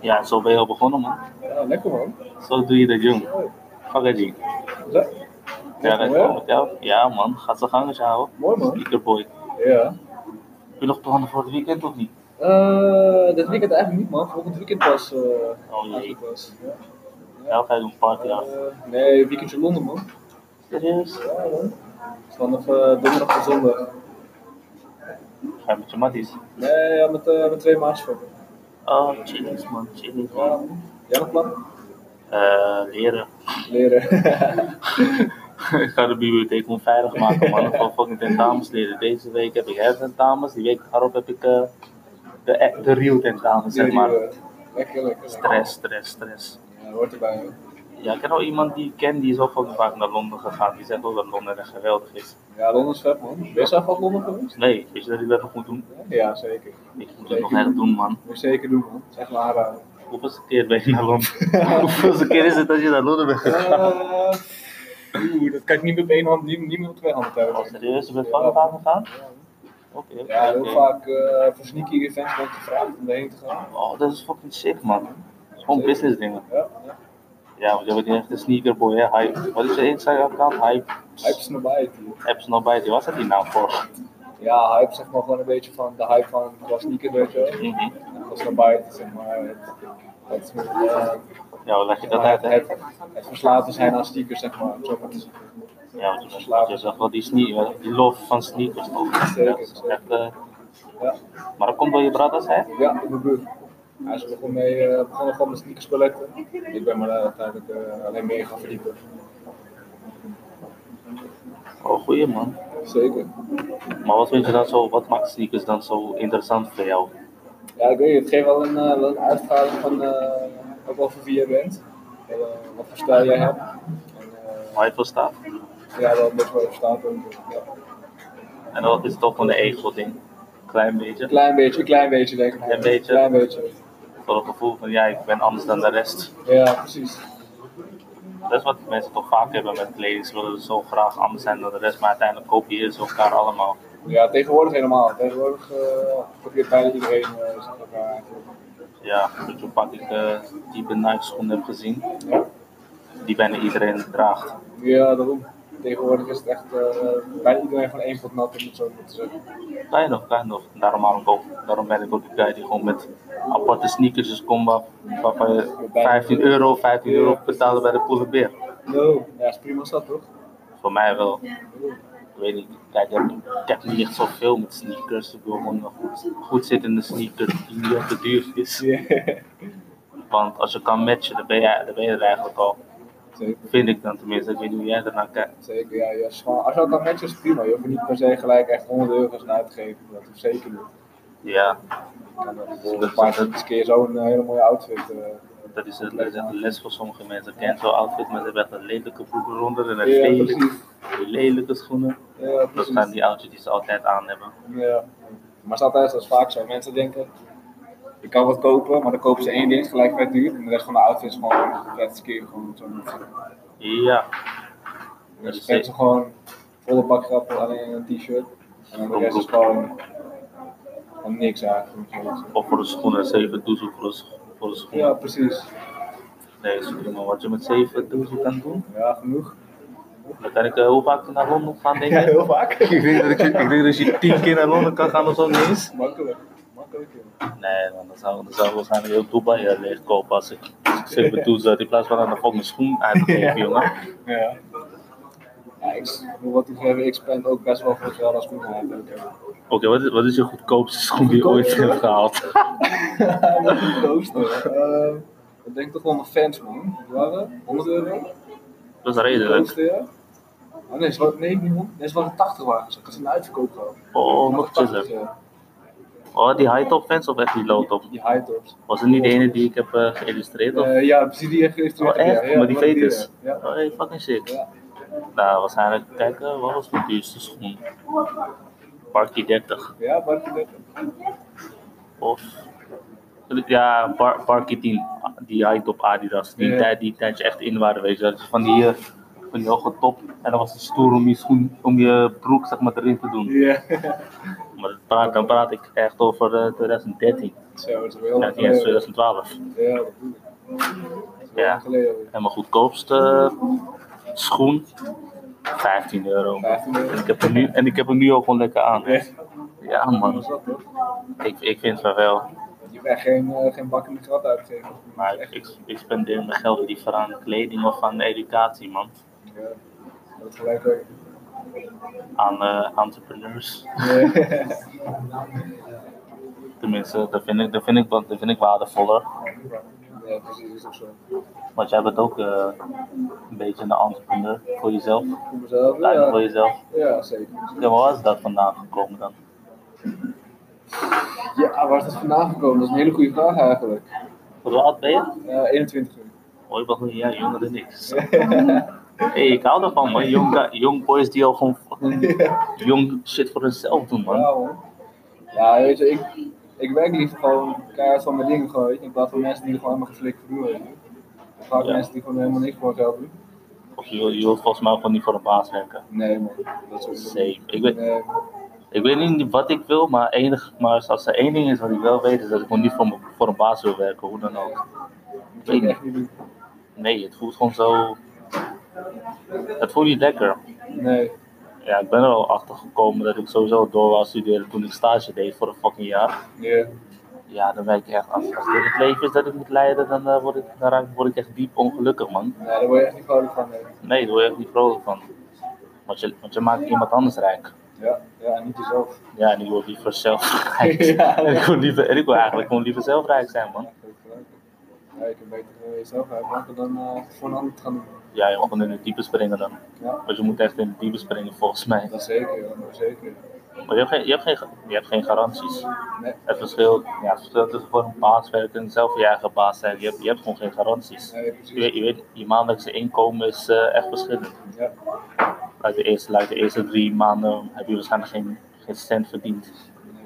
Ja, zo ben je al begonnen, man. Ja, lekker man. Zo doe je dat, jong. Fagadi. Le- Ja, dat Mooi. komt jou. Ja, man. Ga ze gangetje houden. Mooi man. Speakerboy. Ja. Heb je nog plannen voor het weekend of niet? Eh, dit weekend eigenlijk niet man. Volgend weekend pas. eh Oh, jee. eigenlijk pas. Ja. Ja, ga je doen party af. Eh, nee, weekendje Londen man. Serieus? Ja man. Vanaf eh, donderdag tot zondag. Ga je met je matties? Nee, ja, met, eh, met twee maatjes voor. Oh, chillies, man. Chillies, Ja man. man. Jij nog plan? Eh, leren. Leren. ik ga de bibliotheek onveilig maken, man. Gewoon fucking tentamens leren. Deze week heb ik hertentamens. Die week daarop heb ik eh, de, e- de real tentamens, zeg Leren, maar. eh, Lekker, lekker. lekker. Stress, stress, stress. Ja, hoort erbij man. Ja, ik ken al iemand die ik ken, die is ook fucking vaak naar Londen gegaan. Die zegt ook dat Londen echt geweldig is. Ja, Londen is vet man. Ben je zelf al Londen geweest? Nee, weet je dat ik dat nog moet doen? Ja, zeker. Ik moet het nog echt doen, man. Moet je zeker doen man. Zeg maar aan. Hoeveelste keer ben je naar Londen? Hoeveelste keer is het dat je naar Londen bent gegaan? Eh, Oeh, dat kan ik niet met één hand, niet, niet met twee handen Oh, tellen. serieus? Je bent vaak vaak gegaan? Oké, oké, Ja, heel oké. vaak eh, voor sneaky events wordt gevraagd om daarheen te gaan. Oh, dat is fucking sick, man. Dat is gewoon business dingen. Ja, ja. Ja, want je bent niet echt een sneakerboy, hè? Hype. Wat is je Instagram-account? Hype. Hype is nabij. dude. Apps nog bij. Wat staat die naam voor? Ja, hype zeg maar gewoon een beetje van de hype van qua sneaker, weet je wel. Mhm. Als nabij, zeg maar. Het, het, eh, Ja, hoe leg je dat het, uit, hè? het, het verslaten zijn aan sneakers, zeg maar. Zo maar te zeggen. Ja, want je bent- want je zegt wel die sneaker, die love van sneakers toch? Zeker, Ja, dat is echt, eh, Ja, maar dat komt door je brothers, hè? ja, mijn broer. Hij is begonnen mee, eh, begonnen gewoon met sneakers collecten. Ik ben me daar uiteindelijk eh, alleen meer in gaan verdiepen. Oh, goeie man. Zeker. Maar wat vind je dan zo, wat maakt sneakers dan zo interessant voor jou? Ja, ik weet niet, het geeft wel een, eh, wel een uitstraling van eh, ook wel voor wie je bent. Wel, eh, wat voor stijl jij hebt. En, Waar je voor staat? eh, ja, wel een beetje waar je voor staat. ook. Ja. En dat is toch van de ego-ding. Klein beetje. Een klein beetje, een klein beetje denk ik. Een beetje. Klein beetje. Voor het gevoel van, ja, ik ben anders dan de rest. Ja, precies. Dat is wat mensen toch vaak hebben met kleding. Ze willen zo graag anders zijn dan de rest, maar uiteindelijk kopiëren ze elkaar allemaal. Ja, tegenwoordig helemaal. Tegenwoordig eh probeert bijna iedereen eh, zich elkaar aan te doen. Ja, dus hoe pak ik eh diepe Nike schoenen heb gezien, Ja? die bijna iedereen draagt. ja, daarom. Tegenwoordig is het echt eh, bijna iedereen van één pot nat, om het zo maar te zeggen. Klein nog, klein nog. Daarom, hou ik ook, daarom ben ik ook die guy die gewoon met aparte sneakers komt waar- waarvan je 15 euro, 15 euro betalen bij de Poelenbeer. No. Ja, is prima als dat toch? Voor mij wel. Ik weet niet, kijk, ik heb, ik heb niet echt zoveel met sneakers. Ik wil gewoon een goed, goed zittende sneaker die niet al te duur is. Ja. Want als je kan matchen, dan ben je, dan ben je er eigenlijk al. Zeker. Vind ik dan tenminste. Ik weet niet hoe jij ernaar kijkt. Zeker, ja. ja. Als je al kan matchen is het prima. Je hoeft er niet per se gelijk echt 100 euro's aan uit te geven. Dat hoeft zeker niet. Ja, Je kan er voor een paar tientjes keer zo'n eh, hele mooie outfit. eh. dat is, een, dat is echt een les voor sommige mensen. Ik ken zo'n outfit, maar ze hebben echt een lelijke broek eronder en een Ja, lelijke, precies. lelijke schoenen. Ja, Dat zijn precies. die outfits die ze altijd aan hebben. Ja. Maar het is altijd zoals vaak zo. Mensen denken, ik kan wat kopen, maar dan kopen ze één ding gelijk vet duur. En de rest van de outfit is gewoon de vetste keer. Gewoon zo. Ja, Dus ze geven ze gewoon volle bak grappen, alleen een t-shirt. En dan de rest is gewoon, gewoon niks eigenlijk. om het zo te zeggen. of voor de schoenen, 7 doezel voor de, scho- voor de schoenen. Ja, precies. Nee, dat is prima. Wat je met 7 doezel kan doen, Ja, genoeg. dan kan ik eh, hoe vaak naar Londen gaan, denk Ja, ik. heel vaak. Ik denk, dat ik, ik denk dat je 10 keer naar Londen kan gaan of zo, niet eens. Makkelijk. Makkelijk, joh. Nee, man, dan zou, dan zou ik waarschijnlijk heel Dubai eh, leegkopen als ik 7 doezel in plaats van aan de volgende schoen uit te geven, jongen. Ja. ja ik, hoe wat ik heb, ik spend ook best wel veel geld als schoenen eigenlijk. Oké, wat, is, wat is je goedkoopste schoen die je ooit hebt gehaald? Uh, ik denk toch wel mijn fans, man. Die waren 100 euro. Dat is redelijk. Hoogste, ja. Oh, nee, ze waren, nee, niet 100. Nee, ze waren 80 wagens. Ik had ze in de uitverkoop gehad. Oh, nog Ze waren 80, chiller. ja. eh, Oh, die high top fans of echt die low top? Die high tops. Was het niet de ene die ik heb eh, geïllustreerd? Of? Eh, ja, precies die heeft Oh, echt? maar die vet veters? Ja. Oh, hey, fucking sick. Ja. Nou, waarschijnlijk, kijk, eh, wat was mijn duurste schoen? Parky 30. Ja, maar die lekker. Of... Ja, Bar Barkie 10. Die high top Adidas. Die Ja. tijd die tijdje echt in waren, weet je. wel. Dat is van die, eh, van die hoge top. En dan was het stoer om je, schoen, om je broek zeg maar, erin te doen. Ja. Maar dat praat, dan praat ik echt over eh, Nou, 2013. Zo, dat is wel heel Ja, lang niet eens geleden. 2012. Ja, dat bedoel ik. Dat is wel Ja. lang geleden alweer. En mijn goedkoopste eh, schoen, 15 euro. 15 euro. En ik heb hem nu, en ik heb hem nu ook gewoon lekker aan. Echt? Ja Wat was man, dat toch? ik, ik vind van wel. Je hebt echt geen, eh, geen bak in de grat uitgegeven. Maar ik, ik, ik spendeer mijn geld liever aan kleding of aan educatie man. Ja, dat gelijk ook. Aan eh, entrepreneurs. Tenminste, dat vind ik, dat vind ik, dat vind ik waardevoller. ja, precies, is ook zo. Want jij bent ook eh, een beetje een entrepreneur voor jezelf. Voor mezelf, Leider voor ja. jezelf. Ja, zeker. Ja, maar waar is dat vandaan gekomen dan? Ja, waar is dat vandaan gekomen? Dat is een hele goede vraag eigenlijk. Hoe oud ben je? Eh 21 uur. Oh, je bent nog een jaar jonger dan ik. Hey, ik hou ervan, man. Jong, ga- jong boys die al gewoon fucking jong shit voor hunzelf doen, man. Ja, man. Ja, weet je, ik, ik werk liever gewoon keihard van mijn dingen gewoon, weet je, in plaats van mensen die er gewoon helemaal geflikt voor doen, weet je. Er vaak Ja. mensen die gewoon helemaal niks voor zichzelf doen. Of je, je wilt volgens mij gewoon niet voor een baas werken. Nee, man. Dat is Zeker. Ik weet- Nee, Ik weet niet wat ik wil, maar, enig, maar als er één ding is wat ik wel weet, is dat ik gewoon niet voor, m- voor een baas wil werken, hoe dan ook. dat moet je echt niet doen. Nee, het voelt gewoon zo. Het voelt niet lekker. Nee. Ja, ik ben er al achter gekomen dat ik sowieso door wou studeren toen ik stage deed voor een fucking jaar. Ja. Ja, dan ben ik echt, als, als dit het leven is dat ik moet leiden, dan, eh, word, ik, dan raak- word ik echt diep ongelukkig, man. Nee, daar word je echt niet vrolijk van, nee. Nee, daar word je echt niet vrolijk van. Want je, want je maakt iemand anders rijk. Ja, ja, niet jezelf. Ja, en ik wil liever zelf rijk. Ja. en, ik wil liever, en ik wil eigenlijk gewoon liever zelf rijk zijn, man. Ja, dat gelijk. Ja, je kunt beter eh, jezelf uitmaken dan eh, voor een ander te gaan doen. Ja, je mag gewoon in het diepe springen dan. Ja, Want je moet echt in het diepe springen, volgens mij. dat zeker, ja, dat zeker. Maar je hebt geen, je hebt geen, je hebt geen garanties. Nee, Het verschil, ja, het verschil tussen voor een baas werken en zelf je eigen baas zijn, je hebt, je hebt gewoon geen garanties. nee, Je, weet- precies. je, weet, je maandelijkse inkomen is eh, echt verschillend. Ja, Uit de, eerste, uit de eerste drie maanden heb je waarschijnlijk geen, geen cent verdiend. nee,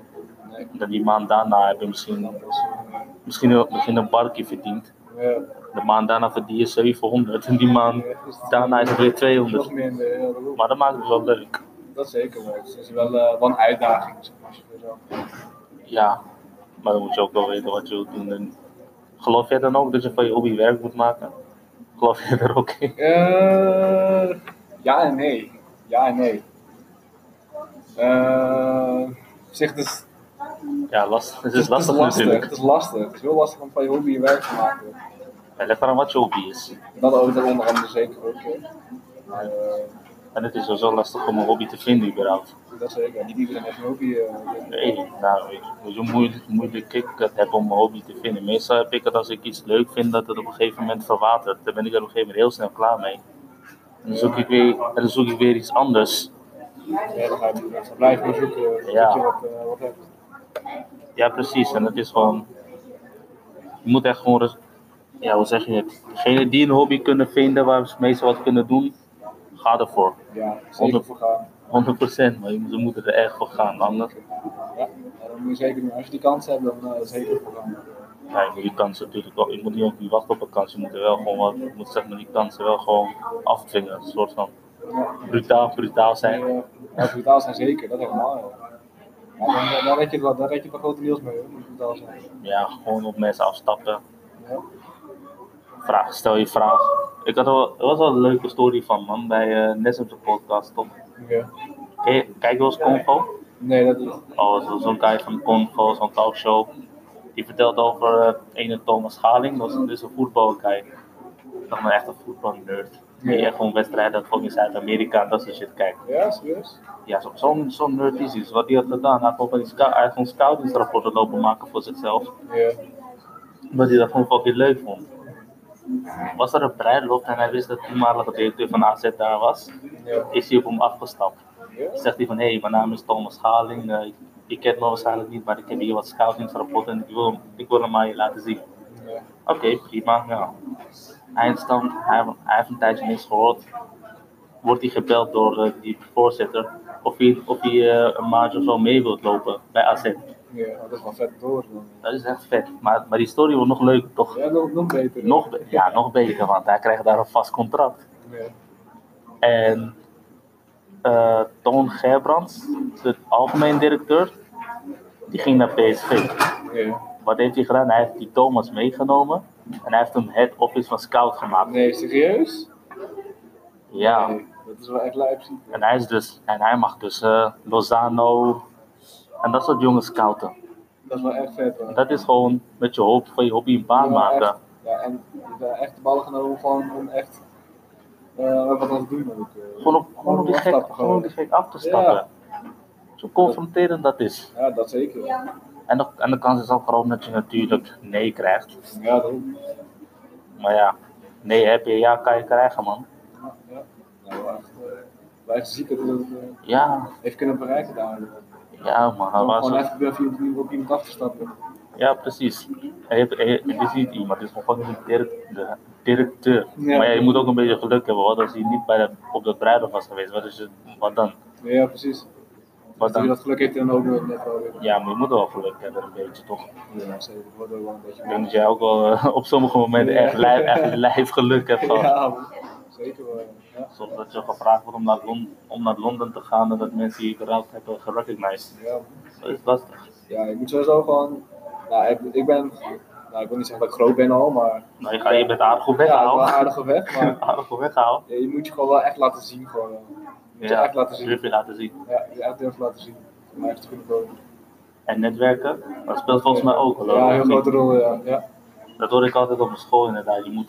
nee. En dan die maand daarna heb je misschien, Dat is, eh, misschien, een- misschien een barkje verdiend. ja. De maand daarna verdien je 700 en die maand daarna is het weer Nog 200. minder, ja, dat ook. Maar dat maakt het wel leuk. Dat zeker wel. Het is wel, eh, wel een uitdaging. zeg maar, als je er zo- Ja, maar dan moet je ook wel weten wat je wilt doen. En geloof jij dan ook dat je van je hobby werk moet maken? Geloof jij er ook in? Eh, ja en nee. Ja en nee. Eh, op zich, het is, Ja, lastig. Dus het is het is lastig lastig. Het natuurlijk. is lastig. Het is heel lastig om van je hobby je werk te maken. Het ligt eraan wat je hobby is. Dat ook, dat onder andere zeker ook. hè. Eh, En het is sowieso lastig om een hobby te vinden überhaupt. dat zeker. Niet iedereen heeft een hobby. eh, Nee, nou, weet je, hoe zo moeilijk, moeilijk ik het heb om een hobby te vinden. Meestal heb ik het als ik iets leuk vind, dat het op een gegeven moment verwatert. Dan ben ik er op een gegeven moment heel snel klaar mee. En dan zoek ik weer, en dan zoek ik weer iets anders. ja, dan ga je dan blijf je zoeken tot Ja. je wat, eh, wat hebt. Ja, precies. En het is gewoon. Je moet echt gewoon. res- Ja, hoe zeg je het? Degene die een hobby kunnen vinden waar ze meestal wat kunnen doen, ga ervoor. Ja, zeker Honderd- voor gaan. 100%, maar je moet- ze moeten er echt voor gaan. Anders Ja, ja, dat moet je zeker doen. Als je die kans hebt, dan eh, zeker voor gaan. ja, je moet die kansen natuurlijk wel. Je moet niet ook niet wachten op een kans. Je moet er wel gewoon wat. Je moet zeg maar die kansen wel gewoon afdwingen. Een soort van Ja. brutaal, brutaal zijn. Ja, ja, brutaal zijn zeker, dat helemaal. Ja. Ja, dan, daar, red je, wel- daar red je wel grote deels mee, hoor, moet brutaal zijn. Ja, gewoon op mensen afstappen. Ja. Vraag, stel je vraag. Ik had wel, er was wel een leuke story van man bij eh Nessem's podcast. Toch? Ja. Ken je- Kijk je wel eens Convo? Nee, dat is. Oh, zo- zo'n guy van Congo, zo'n talkshow. Die vertelt over eh ene Thomas Schaling. Dat is dus een voetbalguy. Toch maar echt een voetbalnerd. Die Ja. echt gewoon wedstrijden gewoon in Zuid-Amerika en dat soort shit kijkt. Ja, serieus? Ja, zo- zo'n zo'n nerd is hij. Wat hij had gedaan, hij had gewoon van die scou- hij had gewoon scoutingsrapporten lopen maken voor zichzelf. Ja. Omdat hij dat gewoon fucking leuk vond. Was er een bruiloft en hij wist dat de toenmalige directeur van AZ daar was. Ja. Is hij op hem afgestapt Ja? zegt hij van, hé, hey, mijn naam is Thomas Schaling. eh, je kent me waarschijnlijk niet, maar ik heb hier wat scoutingsrapporten en ik wil, hem- ik wil hem aan je laten zien. Ja. Oké, prima. Nou. Eindstand, hij, hij heeft een tijdje niks gehoord. Wordt hij gebeld door eh, die voorzitter of hij, of hij eh, een maandje of zo mee wilt lopen bij AZ. Ja, dat is wel vet door. man. Dat is echt vet. Maar, maar die story wordt nog leuker, toch? Ja, nog, nog beter. hè? Nog, be- ja, nog beter, want hij krijgt daar een vast contract. Ja. En eh Toon Gerbrands, de algemeen directeur, Die ging naar PSV. Ja. Wat heeft hij gedaan? Hij heeft die Thomas meegenomen. En hij heeft hem head office van scout gemaakt. Nee, serieus? Ja. Nee, dat is wel echt Leipzig. En hij, is dus, en hij mag dus eh, Lozano en dat soort jongens scouten. Dat is wel echt vet, man. Dat is gewoon met je hoop van je hobby een baan Ja, echt. maken. Ja, en eh, echt de ballen genomen gewoon om echt eh, wat aan te doen ook. eh. Gewoon op, gewoon op die gek, afstappen gewoon op die gek af te stappen. Zo confronterend dat is. Ja, dat zeker. Ja, En de, en de kans is ook groot dat je natuurlijk nee krijgt. ja dat Maar ja, nee heb je, ja kan je krijgen man. Ja, ja. Nou, wel echt, eh, wel echt ziek dat hij dat eh, Ja, heeft kunnen bereiken daar. ja man. hij Om was gewoon ook- even op iemand, op iemand af te stappen. Ja, precies. Hij heeft- hij- Het is niet iemand, het is gewoon fucking direct- de directeur. Ja. Maar ja, je moet ook een beetje geluk hebben. Wat als hij niet bij de, op dat bruiloft was geweest? Wat, is het, wat dan? Ja, precies. Dus Wat Dat hij dan? dat geluk heeft en ook nog net wel weer. Ja, maar je moet wel geluk hebben een beetje, toch? Ja, zeker. Dat wordt ook wel een beetje Ik denk dat jij ook wel eh, op sommige momenten Ja. echt, lijf, echt lijf geluk hebt gehad. Ja, man. zeker wel. ja. Ja, Soms dat je gevraagd wordt om naar, Lon- om naar Londen te gaan en dat mensen je überhaupt hebben gerecognized. ja. man. Dat is lastig. ja, ik moet sowieso gewoon. Nou, ik, ik ben. Nou, ik wil niet zeggen dat ik groot ben al, maar. Nou, je, gaat, je bent aardig goed Ja, ik ben wel weggehaald. aardig op weg, maar. aardig goed weggehaald. Ja, je moet je gewoon wel echt laten zien. Gewoon. eh. Je moet je echt laten zien. durf je laten zien. Ja, je moet echt durven laten zien. Om echt te kunnen komen. En netwerken, dat speelt volgens mij ook wel. Ja, een heel grote rol, ja. ja. Dat hoor ik altijd op mijn school inderdaad. Je moet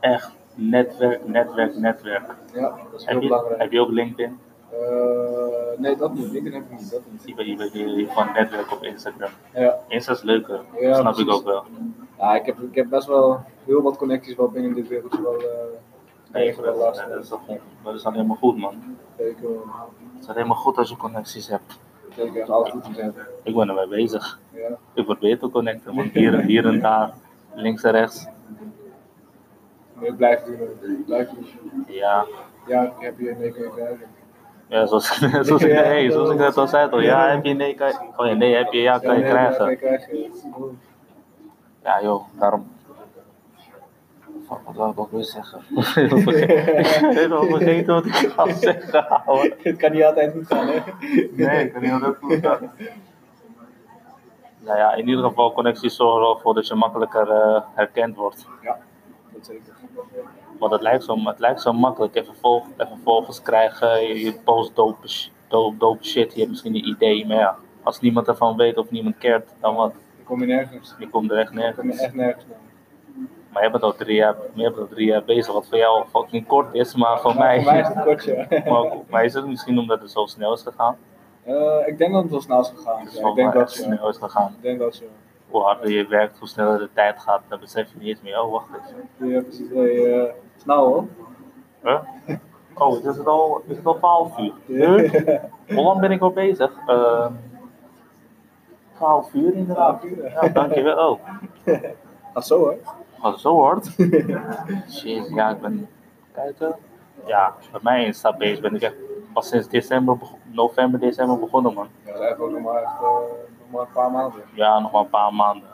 echt netwerk, netwerk, netwerk. Ja, dat is heel Heb je, belangrijk. heb je ook LinkedIn? Eh, nee, dat niet. LinkedIn heb ik niet. Dat niet. Ik ben hier van netwerk op Instagram. Ja. Insta is leuker, Ja, snap ik precies. ook wel. ja, ik heb, ik heb best wel heel wat connecties wel binnen dit wereldje wel. eh, Nee, wel dat, lastig. dat is toch gewoon- dat is alleen maar goed man. Zeker, Het is alleen maar goed als je connecties hebt. zeker als alles goed is hebben. Ik ben ermee bezig. Ja. Ik probeer te connecten, want hier en hier en daar, links en rechts. Nee, blijf doen. hoor. Blijf doen. Ja, Ja, ik heb je nee kunnen krijgen. ja zoals, zoals, ik, Ja, hey, zoals ik net al zei toch. Ja, heb je nee, kan je, oh ja, nee, heb je ja, kan je nee, ja, Kan je krijgen. krijgen. Ja joh, daarom. Fuck, wat wou ik ook weer zeggen? ik ben helemaal vergeten wat ik al zeggen. ouwe. Het kan niet altijd goed gaan, hè? Nee, ik weet niet wat dat moet gaan. Nou ja, in ieder geval connecties zorgen er wel voor dat je makkelijker eh, herkend wordt. Ja, dat zeker. Want het lijkt zo, het lijkt zo makkelijk. En, vervolg, en vervolgens krijg je, je post dope, sh- dope, dope shit. Je hebt misschien een idee, maar ja, als niemand ervan weet of niemand cared, dan wat? Dan kom je nergens. Je komt er echt Dan kom je nergens. echt nergens. mee. Maar je bent al drie jaar, je bent al drie jaar bezig, wat voor jou fucking kort is, maar voor Maar mij... Voor mij is het kortje. Maar, maar is het misschien omdat het zo snel is gegaan? Eh, ik denk dat het wel snel is gegaan. Het is Ja, ik volgens denk mij dat echt zo. snel is gegaan. Ik denk dat zo. hoe harder je werkt, hoe sneller de tijd gaat, dan besef je niet eens meer. Oh, wacht even. Ja, precies. Hey, eh, snel hoor. Huh? Oh, is het al, is het al 12 uur? Huh? Hoe lang ben ik al bezig? Eh 12 uur inderdaad. 12 uur. Ja, dankjewel. Oh, Gaat zo hoor. gaat het zo hard? Jeez, ja, ik ben... Kijken. Ja, bij mij in staat bezig ben ik echt pas sinds december, bego- november, december begonnen, man. Ja, dat is eigenlijk ook nog maar, echt, eh, nog maar een paar maanden. Ja, nog maar een paar maanden.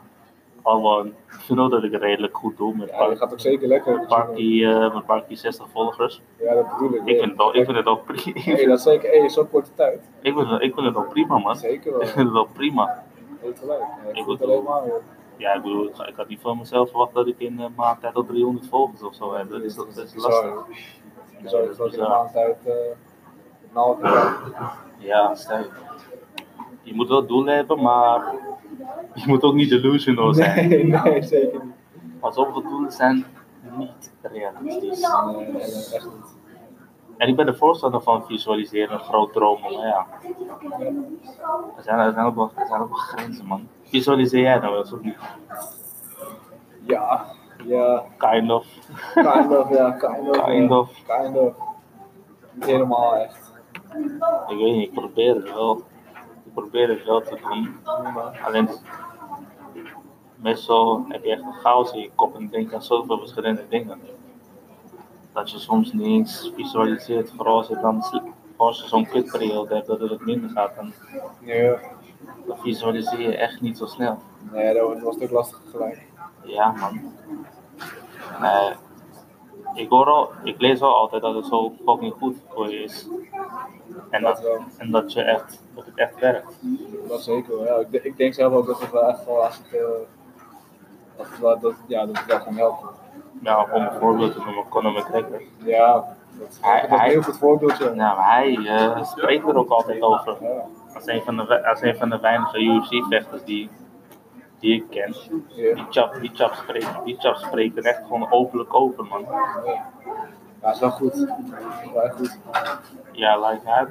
Al wel, ik vind ook dat ik het redelijk goed doe met Ja, Parky, dat gaat ook zeker lekker. eh, met Parky 60 volgers. Ja, dat bedoel ik. Ik vind het al, ik vind het al prima. Hey, dat is zeker. Hey, zo'n korte tijd. Ik vind, het- ik vind het al prima, man. Zeker Ik wel. vind het wel prima. Heel gelijk. Ja, ik Ik voel het ook. alleen maar eh, joh. Ja, ik bedoel, ik, ik had niet van mezelf verwacht dat ik in eh, een maand tijd al 300 volgers of zo heb. Dat is, dat is Bizar, lastig. joh. Bizar, dat is dat is in een bizar. maand tijd eh, een half jaar. Ja, stel. Je moet wel doelen hebben, maar je moet ook niet delusional zijn. Nee, nee, zeker niet. Want sommige doelen zijn niet realistisch. Nee, nee, echt niet. En ik ben er voorstander van visualiseren, een groot dromen, maar ja. Er zijn, er zijn, ook, wel, er zijn ook wel grenzen, man. Visualiseer jij nou wel eens of niet? Ja, ja. Kind of. Kind of, ja. Kind of. Kind ja. of. Kind of. Niet helemaal echt. Ik weet niet, ik probeer het wel. Ik probeer het wel te doen. Maar- Alleen meestal heb je echt een chaos in je kop en denk aan zoveel verschillende dingen. Dat je soms niet eens visualiseert, vooral als je dan sl- als je zo'n kutperiode hebt, dat het wat minder gaat, dan, Nee, dan visualiseer je echt niet zo snel. nee dat wordt wel een stuk lastiger gelijk. Ja man. Nee. Ik hoor al, ik lees wel altijd dat het zo fucking goed voor je is. En dat, en dat je echt, dat het echt werkt. Dat zeker wel. Ja, ik, de- ik denk zelf ook dat het wel echt wel als het, eh, als het wel, dat, ja, dat het wel kan helpen. Ja, om een voorbeeld te noemen, Conor McGregor. Ja, dat is, Hij- dat is een hij- heel goed voorbeeld. Ja. Nou, hij eh, spreekt er ook altijd over. Ja, Als een van de, we- als een van de weinige UFC-vechters die, die ik ken. Die ja. chap, die chap, spreekt, die chap spreekt er echt gewoon openlijk over, man. Ja, is wel goed. Is wel echt goed. Ja, like, hij,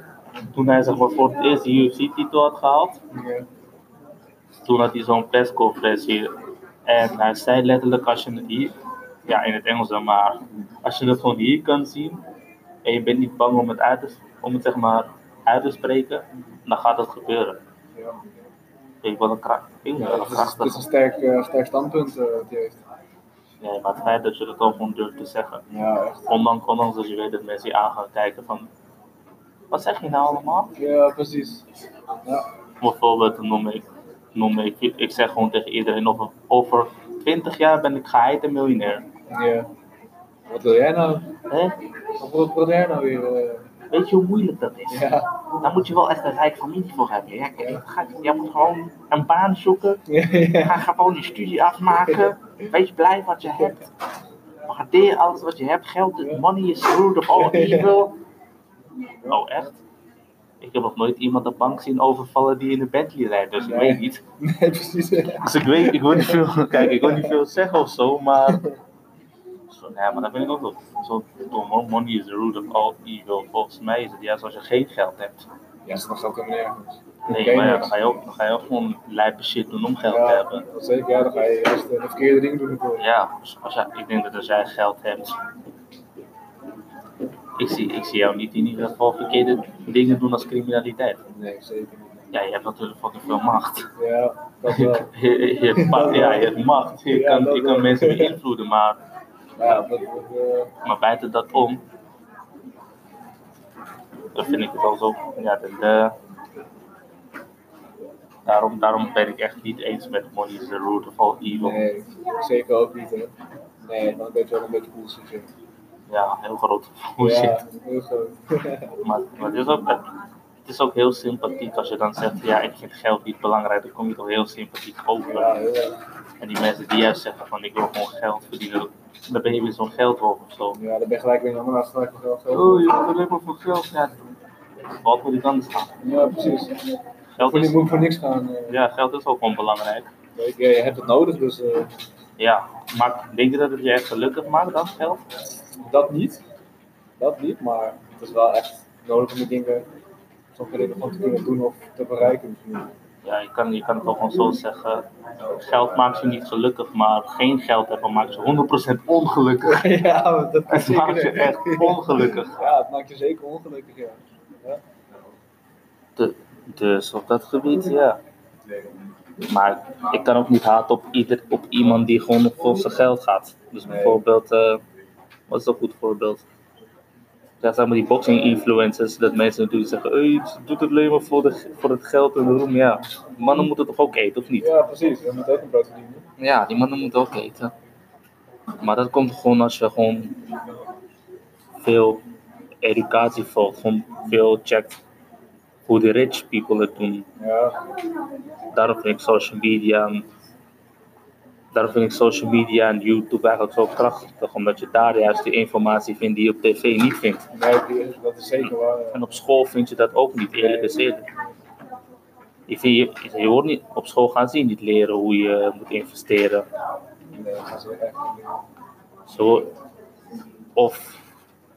toen hij zeg maar, voor het eerst de UFC-titel had gehaald, Ja. toen had hij zo'n persconferentie. En hij zei letterlijk, als je het hier, ja in het Engels dan, maar als je het gewoon hier kan zien en je bent niet bang om het uit te, om het, zeg maar, uit te spreken, dan gaat het gebeuren. Ja. Weet je, wat een kracht. Ik Ja, vind dat dat, een is, dat is krachtig. een sterk, eh, sterk standpunt eh, wat hij heeft. Nee, maar het feit dat je het ook gewoon durft te zeggen. Ja, echt. Ondanks, ondanks dat je weet dat mensen je aan gaan kijken van, wat zeg je nou allemaal? Ja, precies. Ja. Bijvoorbeeld, dan noem ik, noem ik, ik zeg gewoon tegen iedereen, over, over 20 jaar ben ik geheid en miljonair. ja. eh, Wat wil jij nou? Hè? Wat wil- wat wil jij nou weer? eh? Weet je hoe moeilijk dat is? Ja. Daar moet je wel echt een rijk familie voor hebben. Ja, kijk, dat gaat, niet. jij moet gewoon een baan zoeken. Ga gewoon je studie afmaken. Wees blij wat je hebt. Waardeer alles wat je hebt. Geld, money is through the all evil. Oh, echt? Ik heb nog nooit iemand de bank zien overvallen die in een Bentley rijdt, dus ik Nee. weet niet. Nee, precies. Ja. Dus ik weet, ik wil niet veel, kijk, ik wil niet veel zeggen of zo, maar... Zo, nee, maar dat vind ik ook wel zo dom hoor. Money is the root of all evil. Volgens mij is het juist als je geen geld hebt. Ja, ze nog geld helemaal nergens. Nee, Oké, maar ja, niks. dan ga je ook, dan ga je ook gewoon lijpe shit doen om geld te Ja, hebben. dat zeker. Ja, dan ga je juist eh, de verkeerde dingen doen. ervoor. Ja, dus als jij, ik denk dat als jij geld hebt... Ik zie, ik zie jou niet in ieder geval verkeerde dingen doen als criminaliteit. Nee, zeker niet. Ja, je hebt natuurlijk fucking veel macht. Ja, dat wel. Je, je, hebt ma- ja, je hebt macht. Je Ja, kan, dat je kan wel. mensen beïnvloeden, maar... Maar ja, dat, dat, eh, Maar buiten dat om, dan vind ik het al zo. Ja, dat, eh, daarom, daarom ben ik echt niet eens met Money is the Root of All Evil. nee, zeker ook niet, hè. Nee, dan ben je wel een beetje bullshit. ja. Ja, heel groot bullshit. Ja, heel groot. Maar, maar het, is ook, het, is ook heel sympathiek als je dan zegt: Ja, ik vind geld niet belangrijk. Dan kom je toch heel sympathiek over. ja, heel erg. En die mensen die juist zeggen: van Ik wil gewoon geld verdienen, dan ben je weer zo'n geldwolf of zo. ja, dan ben je gelijk weer een ander als gelijk wel geld. Oh, je hebt alleen maar voor geld. Ja, wat moet ik anders gaan? Ja, precies. Geld Voor, ni- is, moet voor niks gaan. eh. ja, geld is ook gewoon belangrijk. Weet je, je hebt het nodig, dus eh, Ja, maar denk je dat het je echt gelukkig maakt dan geld? dat niet. Dat niet, maar het is wel echt nodig om die dingen sommige dingen gewoon te kunnen doen of te bereiken. misschien. Ja, je kan, je kan het ook gewoon zo zeggen. Geld maakt je niet gelukkig, maar geen geld hebben maakt je 100% ongelukkig. ja, maar dat Het maakt je zeker. echt ongelukkig. Ja, het maakt je zeker ongelukkig, ja. ja. dus op dat gebied, ja. Maar ik kan ook niet haten op, ieder, op iemand die gewoon voor zijn geld gaat. Dus Nee. bijvoorbeeld, eh, wat is een goed voorbeeld? Ja, zeg maar die boxing influencers, dat mensen natuurlijk zeggen, hey, ze doet het alleen maar voor, de, voor het geld en de roem. Ja, mannen moeten toch ook eten, of niet? Ja, precies. Je moet ook een brood verdienen. Ja, die mannen moeten ook eten. Maar dat komt gewoon als je gewoon veel educatie volgt, gewoon veel checkt hoe de rich people het doen. Ja, Daarom vind ik social media en, daarom vind ik social media en YouTube eigenlijk zo krachtig, omdat je daar juist de informatie vindt die je op tv niet vindt. nee, die- dat is zeker waar. ja. En op school vind je dat ook niet, eerlijk is eerlijk. Ik vind, je, je wordt niet, op school gaan ze je niet leren hoe je moet investeren. Nee, dat is echt een ding. Zo, of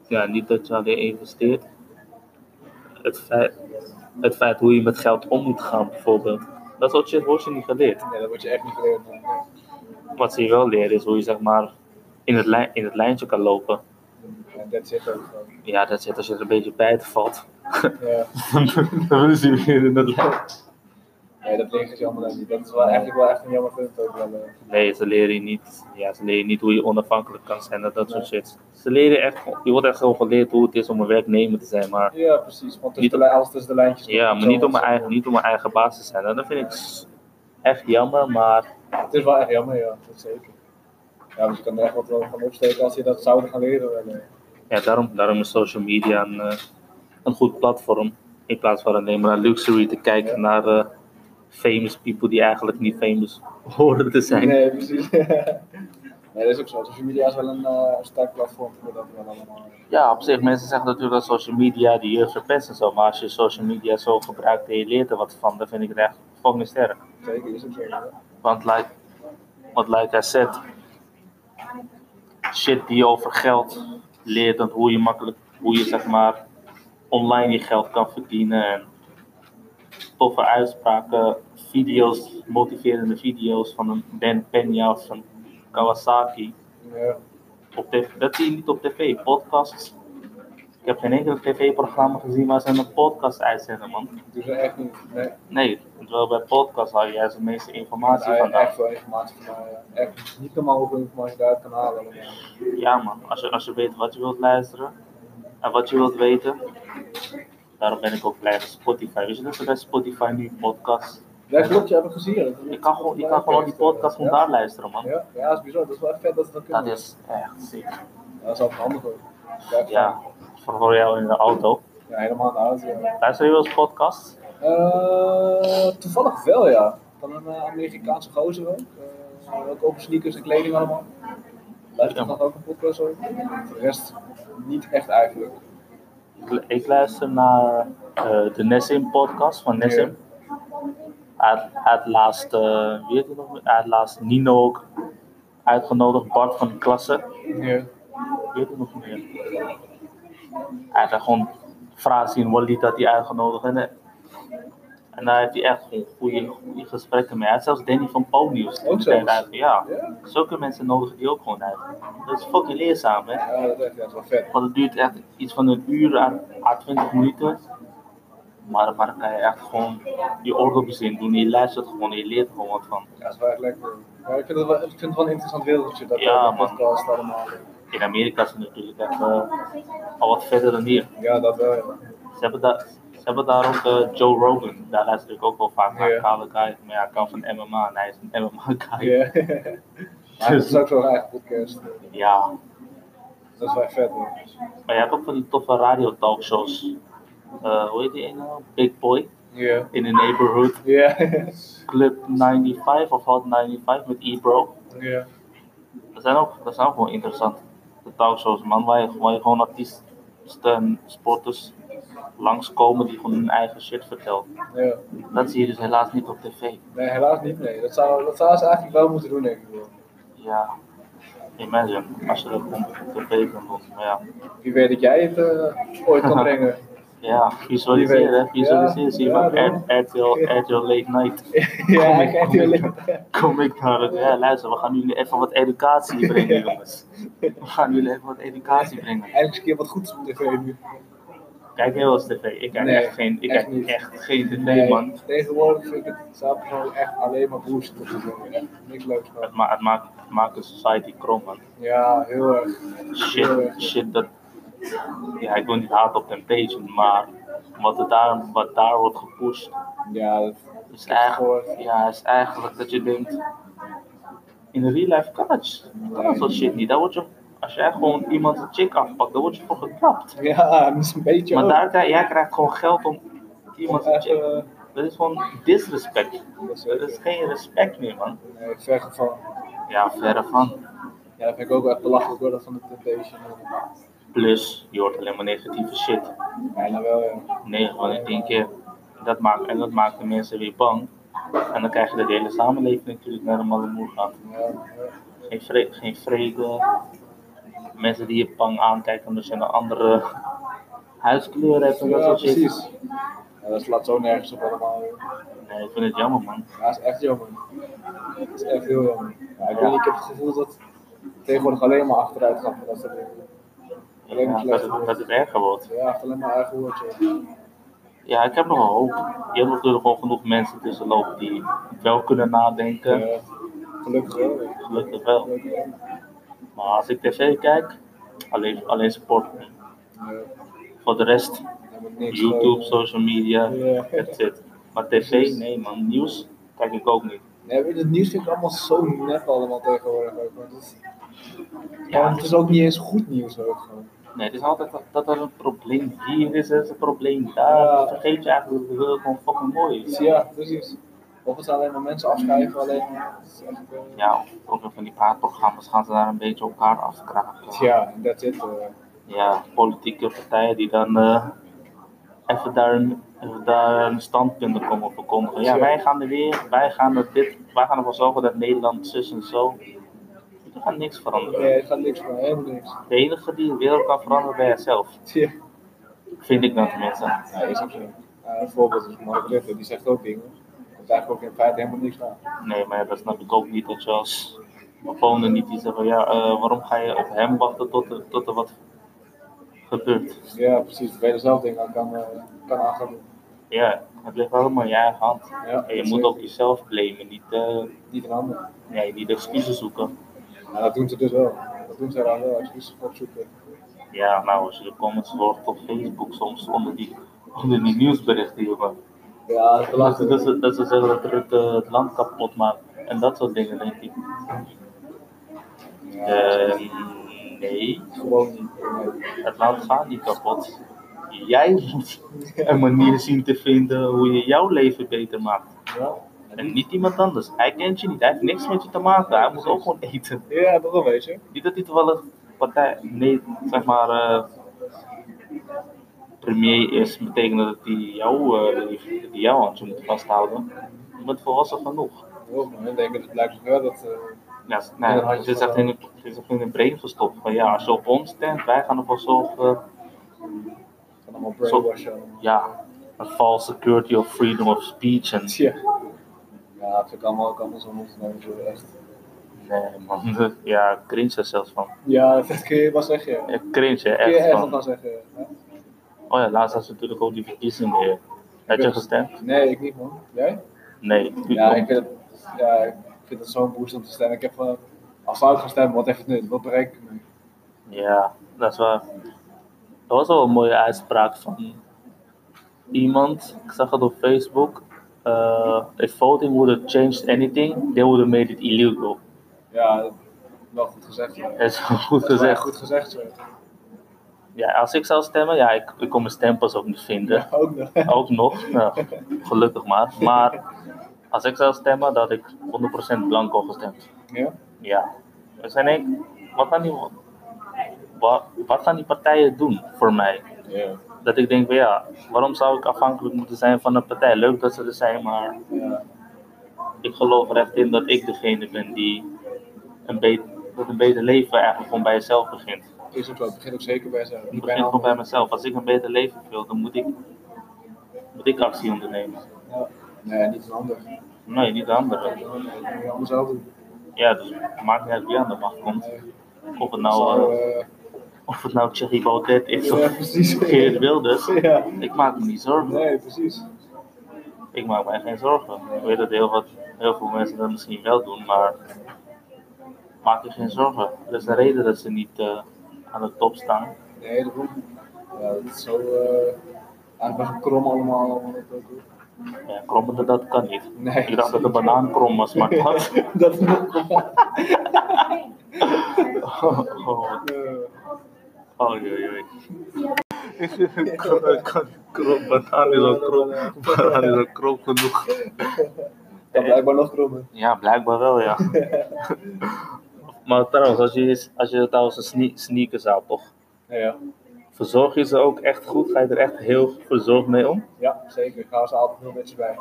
ja, niet dat je alleen investeert. Het feit, het feit hoe je met geld om moet gaan, bijvoorbeeld. Dat soort shit wordt je niet geleerd. Nee, dat word je echt niet geleerd. man. Wat ze je wel leren is hoe je zeg maar in het, lijn, in het lijntje kan lopen. En dat zit ook gewoon. Ja, dat zit als je er een beetje bij te valt. Ja. dan willen ze je weer in het lijn. Nee, dat liggen is jammer dan niet. Dat is wel eigenlijk wel echt een jammer punt ook wel. eh. Nee, ze leren je niet, ja, ze leren je niet hoe je onafhankelijk kan zijn en dat soort shit. Ze leren echt, je wordt echt gewoon geleerd hoe het is om een werknemer te zijn, maar Ja, precies. Want Niet tussen de, lijn- alles tussen de lijntjes. Ja, komt maar niet zo- om mijn eigen, niet om mijn eigen baas te zijn. En dat vind ik s- echt jammer, maar Het is wel echt jammer, ja. Dat zeker. Ja, dus je kan er echt wat wel van opsteken als je dat zouden gaan leren. Wel, eh. ja, daarom, daarom is social media een, eh, een goed platform. In plaats van alleen maar naar luxury te kijken, naar eh, famous people die eigenlijk niet famous horen te zijn. Nee, precies. nee, dat is ook zo. Social media is wel een eh, sterk platform voor dat wel allemaal. Ja, op zich, mensen zeggen natuurlijk dat social media de jeugd verpest en zo, maar als je social media zo gebruikt en je leert er wat van, dan vind ik het echt fucking sterk. Zeker, is ook zo. ja. Want like, want like I said, shit die je over geld leert en hoe je makkelijk, hoe je zeg maar online je geld kan verdienen en toffe uitspraken, video's, motiverende video's van een Ben Pena of een Kawasaki. Ja. Op tv, dat zie je niet op tv, podcasts. Ik heb geen enkel tv-programma gezien waar ze een podcast uitzenden, man. Dat doen ze Dus echt niet. Nee. Nee, terwijl bij podcasts haal je juist de meeste informatie Daar vandaan. echt veel informatie van mij. ja. Echt niet normaal hoeveel informatie je daaruit kan halen. allemaal. Ja man, als je, als je weet wat je wilt luisteren en wat je wilt weten. Daarom ben ik ook blij met Spotify. Weet je dat ze bij Spotify nu podcasts... Ja, klopt, je hebt het gezien. Je kan gewoon, je kan gewoon die podcast gewoon daar luisteren man. dus- Ja, ja, dat is bizar. Dat is wel echt vet dat ze dat kunnen. Dat is echt sick. Ja, dat is altijd handig ook. Ja, echt Ja, voor, voor jou in de auto. waar. ja helemaal aan de auto. ja. Luister je wel eens podcasts? Eh, toevallig wel, ja. Van een eh, Amerikaanse gozer ook. Eh, ook over sneakers en kleding allemaal. Luister Ja. nog ook een podcast over. Voor de rest niet echt eigenlijk. Ik, ik luister naar eh, de Nessim podcast van Nessim. Hij had- hij had laatst, eh, wie heet die nog meer? Hij had laatst Nino ook uitgenodigd, Bart van de klasse. Ja. Ik weet het nog meer. Hij heeft echt gewoon Frazi en Walid had hij uitgenodigd. En, eh, en daar heeft hij echt gewoon goede, goede gesprekken mee. Hij heeft zelfs Danny van Paul Nieuws. Ook zo. Ja, Ja? zulke mensen nodigen die ook gewoon uit. Dat is fucking leerzaam, hè. Ja, dat is echt, ja, dat is wel vet. Want het duurt echt iets van een uur aan, aan 20 minuten. Maar, maar dan kan je echt gewoon je oordopjes in doen. Je luistert gewoon en je leert er gewoon wat van. Ja, dat is wel echt lekker. Ja, ik, vind het wel, ik vind het wel een interessant wereldje, dat Ja, dat man. podcast allemaal. In Amerika is het natuurlijk echt eh, al wat verder dan hier. Ja, dat wel, ja. Ze hebben, daar ze hebben daar ook eh, Joe Rogan, daar luister ik ook wel vaak naar. Ja. Kale guy, maar ja, hij kan van MMA en hij is een MMA guy. Ja. maar het is ook zo'n eigen podcast. Ja, Dat is wel echt vet, hoor. maar je hebt ook van die toffe radio talkshows. Eh, hoe heet die ene nou? Big Boy Ja. in the Neighborhood, Ja. Club 95 of Hot 95 met Ebro. Ja. Dat zijn ook, dat zijn ook wel interessante talkshows, man, waar je, waar je gewoon artiesten en sporters langskomen die gewoon hun eigen shit vertelt. Ja. Dat zie je dus helaas niet op tv. Nee, helaas niet, nee. Dat zou, dat zou ze eigenlijk wel moeten doen, denk ik. hoor. Ja, imagine als je dat kon verbeteren. doen. Maar ja, Wie weet dat jij het eh, ooit kan brengen. ja Wie visualiseer, weet. hè. Visualiseer, zie je Ja, van ja, R- RTL, RTL Late Night. ja, ik echt heel leuk. Kom ik naar het, ja luister, we gaan jullie even wat educatie brengen jongens. We gaan jullie even wat educatie brengen. Eindelijk eens een keer wat goeds op tv nu. Kijk heel eens tv, ik kijk Nee, echt geen, ik echt kijk niet. echt geen tv Nee, man. Tegenwoordig vind ik het zaterdag echt alleen maar bullshit op te doen. Echt Niks leuks Het, van. ma het, maakt, het maakt de society krom man. Ja, heel erg. Heel Shit, erg. shit dat... Ja, ik wil niet haat op Temptation, maar wat, er daar, wat daar wordt gepusht, Ja, dat Is heb ik eigenlijk, gehoord. ja, is eigenlijk dat je denkt. In de real life kan dat, kan dat soort shit niet. Daar word je, als jij gewoon iemand een chick afpakt, dan word je voor geknapt. Ja, dat is een beetje Maar ook. daar, krijg- jij krijgt gewoon geld om iemand een Even, chick. Dat is gewoon disrespect. Dat is geen respect meer, man. nee, ver van. Ja, verre van. Ja, dat vind ik ook echt belachelijk hoor, dat van de Temptation. Plus, je hoort alleen maar negatieve shit. Bijna wel, ja. 9 van de 10 keer. Dat maakt, en dat maakt de mensen weer bang. En dan krijg je de hele samenleving natuurlijk naar de malle moer gaan. ja, ja. geen, vre geen vrede. Mensen die je bang aankijken omdat je een andere huidskleur hebt en dat Ja, soort shit. precies. Ja, dat slaat zo nergens op allemaal. Nee, ik vind het jammer man. Ja, dat is echt jammer. Dat is echt heel jammer. Ja, ik, weet niet, ik heb het gevoel dat het tegenwoordig alleen maar achteruit gaat met dat soort dingen. Alleen maar Ja, dat, slecht het, wordt. dat het erger wordt. Ja, echt alleen maar eigen woordje. Ja, ik heb nog wel hoop. Je hebt natuurlijk gewoon genoeg mensen tussen lopen die wel kunnen nadenken. Eh, gelukkig wel. ja. Gelukkig wel. Gelukkig wel. Maar als ik tv kijk, alleen, alleen sport. Ja, Voor de rest, daar moet niks YouTube, over. social media, Ja. that's it. Maar tv, nee man, nieuws kijk ik ook niet. Nee, weet je, het nieuws vind ik allemaal zo nep allemaal tegenwoordig ook. want het, is, Ja, het is ook niet eens goed nieuws ook gewoon. Nee, het is altijd dat, dat er een probleem hier is, er is een probleem daar. Ja. Vergeet je eigenlijk dat het gewoon fucking mooi Dus is. ja, precies. Of het zijn alleen maar mensen afschrijven, alleen maar. het is echt, eh, Ja, ook weer van die praatprogramma's gaan ze daar een beetje elkaar afkraken. Ja, en dat zit. eh, ja, politieke partijen die dan eh, even, daar een, even daar een standpunt komen verkondigen. Ja, Ja. wij gaan er weer, wij gaan er dit, wij gaan ervoor zorgen dat Nederland zus en zo. Er gaat niks veranderen. Nee, het gaat niks van, helemaal niks. De enige die de wereld kan veranderen bij jezelf, Ja. vind ik dan tenminste. Ja, is ook zo. Eh, een voorbeeld is Mark Rutte, die zegt ook dingen. Daar komt eigenlijk ook in feite helemaal niks van. Nee, maar dat snap ik ook niet dat je als opponent niet iets zegt van ja, eh, waarom ga je op hem wachten tot er, tot er wat gebeurt. Dus Ja, precies. Terwijl je zelf dingen kan, eh, kan aan gaan doen. Ja, het ligt allemaal in je eigen hand. Ja, en je moet ook jezelf claimen, niet, eh, Niet een ander. nee, niet excuses zoeken. Maar dat doen ze dus wel. Dat doen ze dan wel, dus excuses voor opzoeken. Ja, nou, als je de comments hoort op Facebook soms onder die, onder die nieuwsberichten, jongen. Ja, dat is Dat ze, belachelijk. dat, ze, dat ze zeggen dat Rutte het land kapot maakt en dat soort dingen, denk ik. Ja, Ehm, nee, Gewoon niet. Nee. het land gaat niet kapot. Jij moet een manier zien te vinden hoe je jouw leven beter maakt. Ja. En niet iemand anders. Hij kent je niet, hij heeft niks met je te maken. Hij moet ook gewoon eten. Ja, daarom weet je. Niet dat hij toevallig partij, nee, zeg maar, eh, premier is, betekent dat hij jou, eh, dat hij- dat hij jouw handje moet vasthouden. Je bent volwassen genoeg. Daarom, hè. Ik denk dat het blijkt wel dat... eh, Ja, s- nee, het is echt in het, het is echt in het brein gestopt. Van ja, als je op ons stemt, wij gaan ervoor zorgen. van allemaal brainwashing. Ja, een false security of freedom of speech. En, Ja. Ja, dat vind ik allemaal, ook allemaal zo moeten nemen. zo Echt. nee, man. Ja, ik cringe er zelfs van. Ja, dat kun je wel zeggen. Ja. Ik cringe er Kun echt je echt wat van. van zeggen. hè. Oh ja, laatst had ze natuurlijk ook die verkiezingen weer. Had je gestemd? Nee, ik niet man. Jij? Nee. Ja, ik vind het, ja, ik vind het zo'n boost om te stemmen. Ik heb van, als fout gaan stemmen, wat heeft het nut? Wat bereik ik nu? Ja, dat is waar. Dat was wel een mooie uitspraak van iemand. Ik zag het op Facebook. Eh, if voting would have changed anything, they would have made it illegal. Ja, dat- wel goed gezegd. Ja. Dat is wel goed Dat is wel echt gezegd. goed gezegd, zo. Ja, als ik zou stemmen, ja, ik, ik kon mijn stempas ook niet vinden. Ja, ook nog. Ook nog, nou, gelukkig maar. Maar als ik zou stemmen, dat ik 100% blanco gestemd. Ja? Ja. Dus en ik, wat gaan, die, wat, wat gaan die partijen doen voor mij? Ja. Dat ik denk van ja, waarom zou ik afhankelijk moeten zijn van een partij? Leuk dat ze er zijn, maar Ja. ik geloof er echt in dat ik degene ben die een, be- dat een beter leven eigenlijk gewoon bij jezelf begint. Is ook zo. Het begint ook zeker bij zo. Ik begin gewoon bij mezelf. Als ik een beter leven wil, dan moet ik, moet ik actie ondernemen. Ja. Nee, niet een ander. Nee, Nee, niet de anderen. Dat moet je allemaal zelf doen. Ja, dus het maakt niet uit wie aan de macht komt. Nee. Of het nou, Zo, eh, eh, of het nou Thierry Baudet is Ja, of precies. Geert Wilders. Ja. Ik maak me niet zorgen. Nee, precies. Ik maak mij geen zorgen. Ik weet dat heel, wat, heel veel mensen dat misschien wel doen, maar maak je geen zorgen. Er is een reden dat ze niet eh, aan de top staan. Nee, dat hoeft niet. Ja, dat is zo... eh eigenlijk krom allemaal. allemaal dat ook, hoor. Ja, krommende, dat kan niet. Nee. Ik dacht dat de banaan krom was, maar dat... dat is ook krom. Oh, oh, Eh, oh, jee, jee. Krom- krom- krom- Banaan is al krom. Banaan is al krom genoeg. kan blijkbaar nog krommen. Ja, blijkbaar wel, ja. maar trouwens, als je, als je trouwens een sne- sneakers haalt, toch? Ja, Verzorg je ze ook echt goed? Ga je er echt heel verzorgd mee om? ja zeker. Ik hou ze altijd heel netjes bij.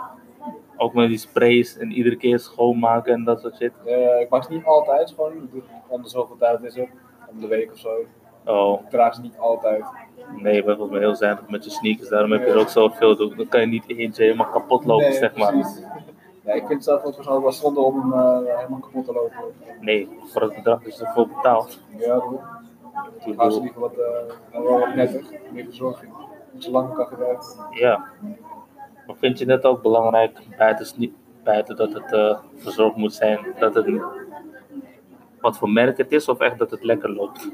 Ook met die sprays en iedere keer schoonmaken en dat soort shit. Eh, ik maak ze niet altijd gewoon. Ik doe het om de zoveel tijd is het. Om de week of zo. Oh, Ik draag ze niet altijd. nee, je bent volgens mij heel zuinig met je sneakers. Daarom heb je er ook zoveel. doen. Dan kan je niet eentje helemaal kapot lopen, Nee, zeg maar. precies. Ja, ik vind het zelf ook persoonlijk wel zonde om hem eh, helemaal kapot te lopen. Nee, voor het bedrag dat je ervoor betaalt. Ja, daarom. Ik Ik hou ze bedoel, liever wat, eh, wel wat netter. Meer verzorging. Zolang ik kan gebruiken. ja. Maar vind je het ook belangrijk, buiten, sne- buiten dat het eh, verzorgd moet zijn, dat het wat voor merk het is of echt dat het lekker loopt?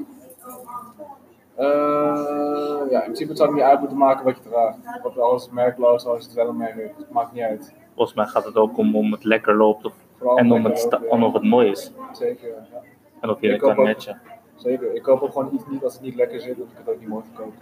Eh, ja, in principe zou het niet uit moeten maken wat je draagt. Wat alles merkloos, als je het wel mee weet. Maakt niet uit. Volgens mij gaat het ook om, om het lekker loopt of, Vooral en om lekker het, sta- loopt, ja. en of het mooi is. Zeker, ja. En of je Ik het hoop kan ook- matchen. Zeker, ik koop ook gewoon iets niet als het niet lekker zit, dat ik het ook niet mooi verkoop.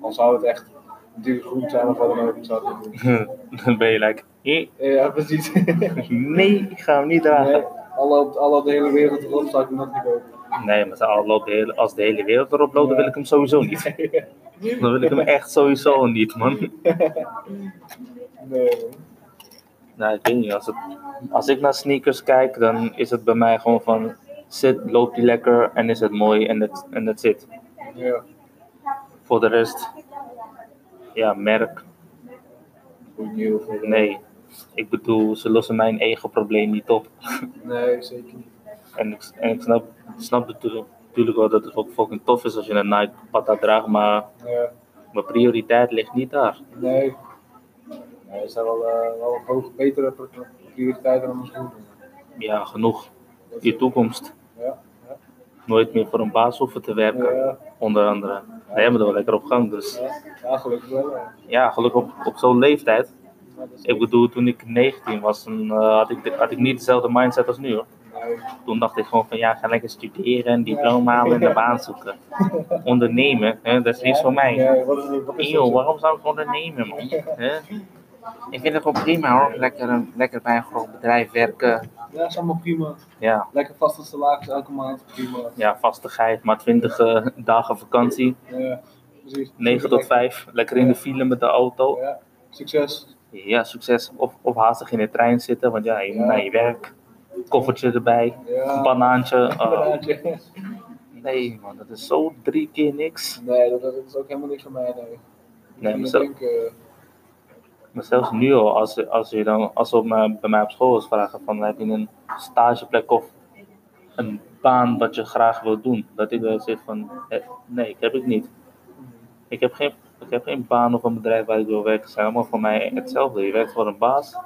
Al zou het echt duur groen zijn of wat dan ook, ik zou het niet doen. dan ben je like, Nee, Ja, precies. nee, ik ga hem niet dragen. Nee, alle, op, alle op de hele wereld erop zou ik hem nog niet kopen. Nee, maar al loopt de hele- als de hele wereld erop loopt, dan wil ik hem sowieso niet. Dan wil ik hem echt sowieso niet, man. Nee. Nou, ik weet niet. Als, het, als ik naar sneakers kijk, dan is het bij mij gewoon van... Zit, loopt die lekker en is het mooi en dat en dat zit. Ja. Voor de rest... Ja, merk. Goed nieuw. voor de- Nee. Ik bedoel, ze lossen mijn ego-probleem niet op. Nee, zeker niet. En ik, en ik snap, ik snap natuurlijk, natuurlijk wel dat het ook fucking tof is als je een Nike-pata draagt, maar... Ja. Mijn prioriteit ligt niet daar. Nee. Nee, er zijn wel, eh, wel hoog, betere pri- prioriteiten dan ons doen. Ja, genoeg. Je toekomst. Ja. ja. Nooit meer voor een baas hoeven te werken, Ja. onder andere. Wij hebben er wel lekker op gang, dus... Ja, ja, gelukkig wel. ja. Ja, gelukkig op, op zo'n leeftijd. Ja, dat is- Ik bedoel, toen ik 19 was, dan eh, had, ik de- had ik niet dezelfde mindset als nu hoor. Nee. Toen dacht ik gewoon van ja, ga lekker studeren, een diploma halen en een baan zoeken. Ondernemen, hè, dat is niets voor mij. Nee, wat is het? Wat is Eeuw, het? waarom zou ik ondernemen man? Hè? Ik vind het gewoon prima hoor, lekker, een- lekker bij een groot bedrijf werken. Ja, is allemaal prima. Ja, Lekker vaste salaris elke maand, prima. ja vastigheid, maar 20 eh, dagen vakantie, Ja, precies. 9 tot 5, lekker in de file met de auto. Ja, succes. Ja, succes. Of, of haastig in de trein zitten, want ja, je moet Ja. naar je werk. Koffertje erbij, Ja. banaantje. oh. Inderdaad, ja. nee man, dat is zo drie keer niks. Nee, dat, dat is ook helemaal niks van mij. Nee, Nee, maar ik zo- denk, eh, Maar zelfs nu al, als, als, je dan, als ze op mij- bij mij op school is vragen van heb je een stageplek of een baan wat je graag wil doen. Dat ik dan zeg van eh, nee, dat heb ik niet. Ik heb geen, ik heb geen baan of een bedrijf waar ik wil werken. Het zijn allemaal voor mij hetzelfde. Je werkt voor een baas.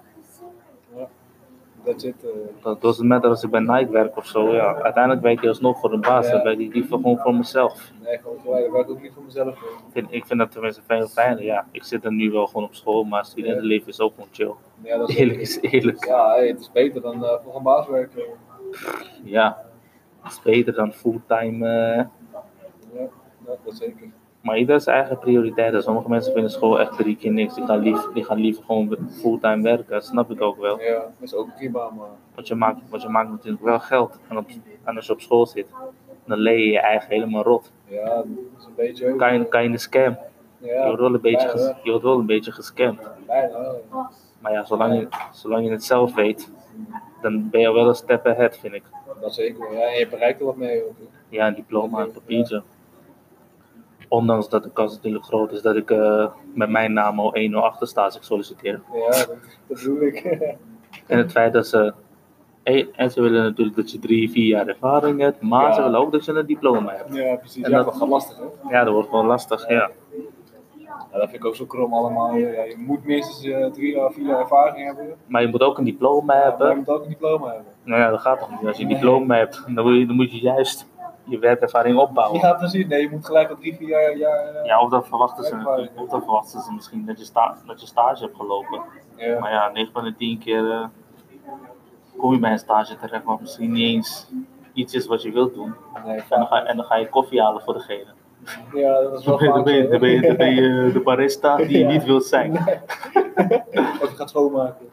dat zit. eh, Dat doet het matter als ik bij Nike werk of zo. Ja. Uiteindelijk werk je alsnog voor een baas. Ja. Dan werk ik liever gewoon voor mezelf. nee, gewoon gelijk. Daar werk ik ook niet voor mezelf. hoor. Ik vind, ik vind dat tenminste veel fijner. Ja, ik zit er nu wel gewoon op school, maar studentenleven is ook gewoon chill. Ja, dat is, Eerlijk is eerlijk. Ja, hey, het is beter dan eh, voor een baas werken. Ja, het is beter dan fulltime. eh, Ja, dat, dat zeker. maar ieder zijn eigen prioriteiten. Sommige mensen vinden school echt drie keer niks. Die gaan, lief, die gaan liever gewoon fulltime werken. Dat snap ik ook wel. Ja, dat is ook prima, maar. Want je maakt, want je maakt natuurlijk wel geld. En, op, en als je op school zit, dan leen je je eigen helemaal rot. Ja, dat is een beetje. ook- Kan je, kan je in de scam. Je ja, wordt wel een beetje, bijna, ges- je wordt wel een beetje gescamd. wel. Bijna, wel, ja. Maar ja, zolang je, zolang je het zelf weet, dan ben je wel een step ahead, vind ik. dat zeker. Ja, en je bereikt er wat mee. Ook. Ja, een diploma, een papiertje. Ondanks dat de kans natuurlijk groot is dat ik eh, met mijn naam al 1-0 achter sta als ik solliciteer. Ja, dat, dat bedoel ik. En het feit dat ze... eh, En en ze willen natuurlijk dat je drie, vier jaar ervaring hebt, maar Ja. ze willen ook dat je een diploma hebt. ja, precies. En ja, dat- dat gaat lastig, hè? Ja, dat wordt wel lastig, ja. Ja, dat vind ik ook zo krom allemaal. Ja, je moet minstens eh, drie of vier jaar ervaring hebben. Maar je moet ook een diploma Maar je hebben. moet ook een diploma hebben. Nou ja, dat gaat toch niet. Als je een diploma hebt, dan, wil je, dan moet je juist je werkervaring opbouwen. Ja, precies. Nee, je moet gelijk al drie, vier jaar... jaar eh, Ja, of dan verwachten ze, natuurlijk- of dan verwachten ze misschien dat je, sta, dat je stage hebt gelopen. ja. Maar ja, 9 van de 10 keer eh, kom je bij een stage terecht wat misschien niet eens iets is wat je wilt doen. Nee, En dan vaak- ga, en dan ga je koffie halen voor degene. ja, dat is wel Dan ben je, dan vaak ben je, zo. dan ben je, dan ben je eh, de barista die je Ja. niet wilt zijn. Of je gaat schoonmaken.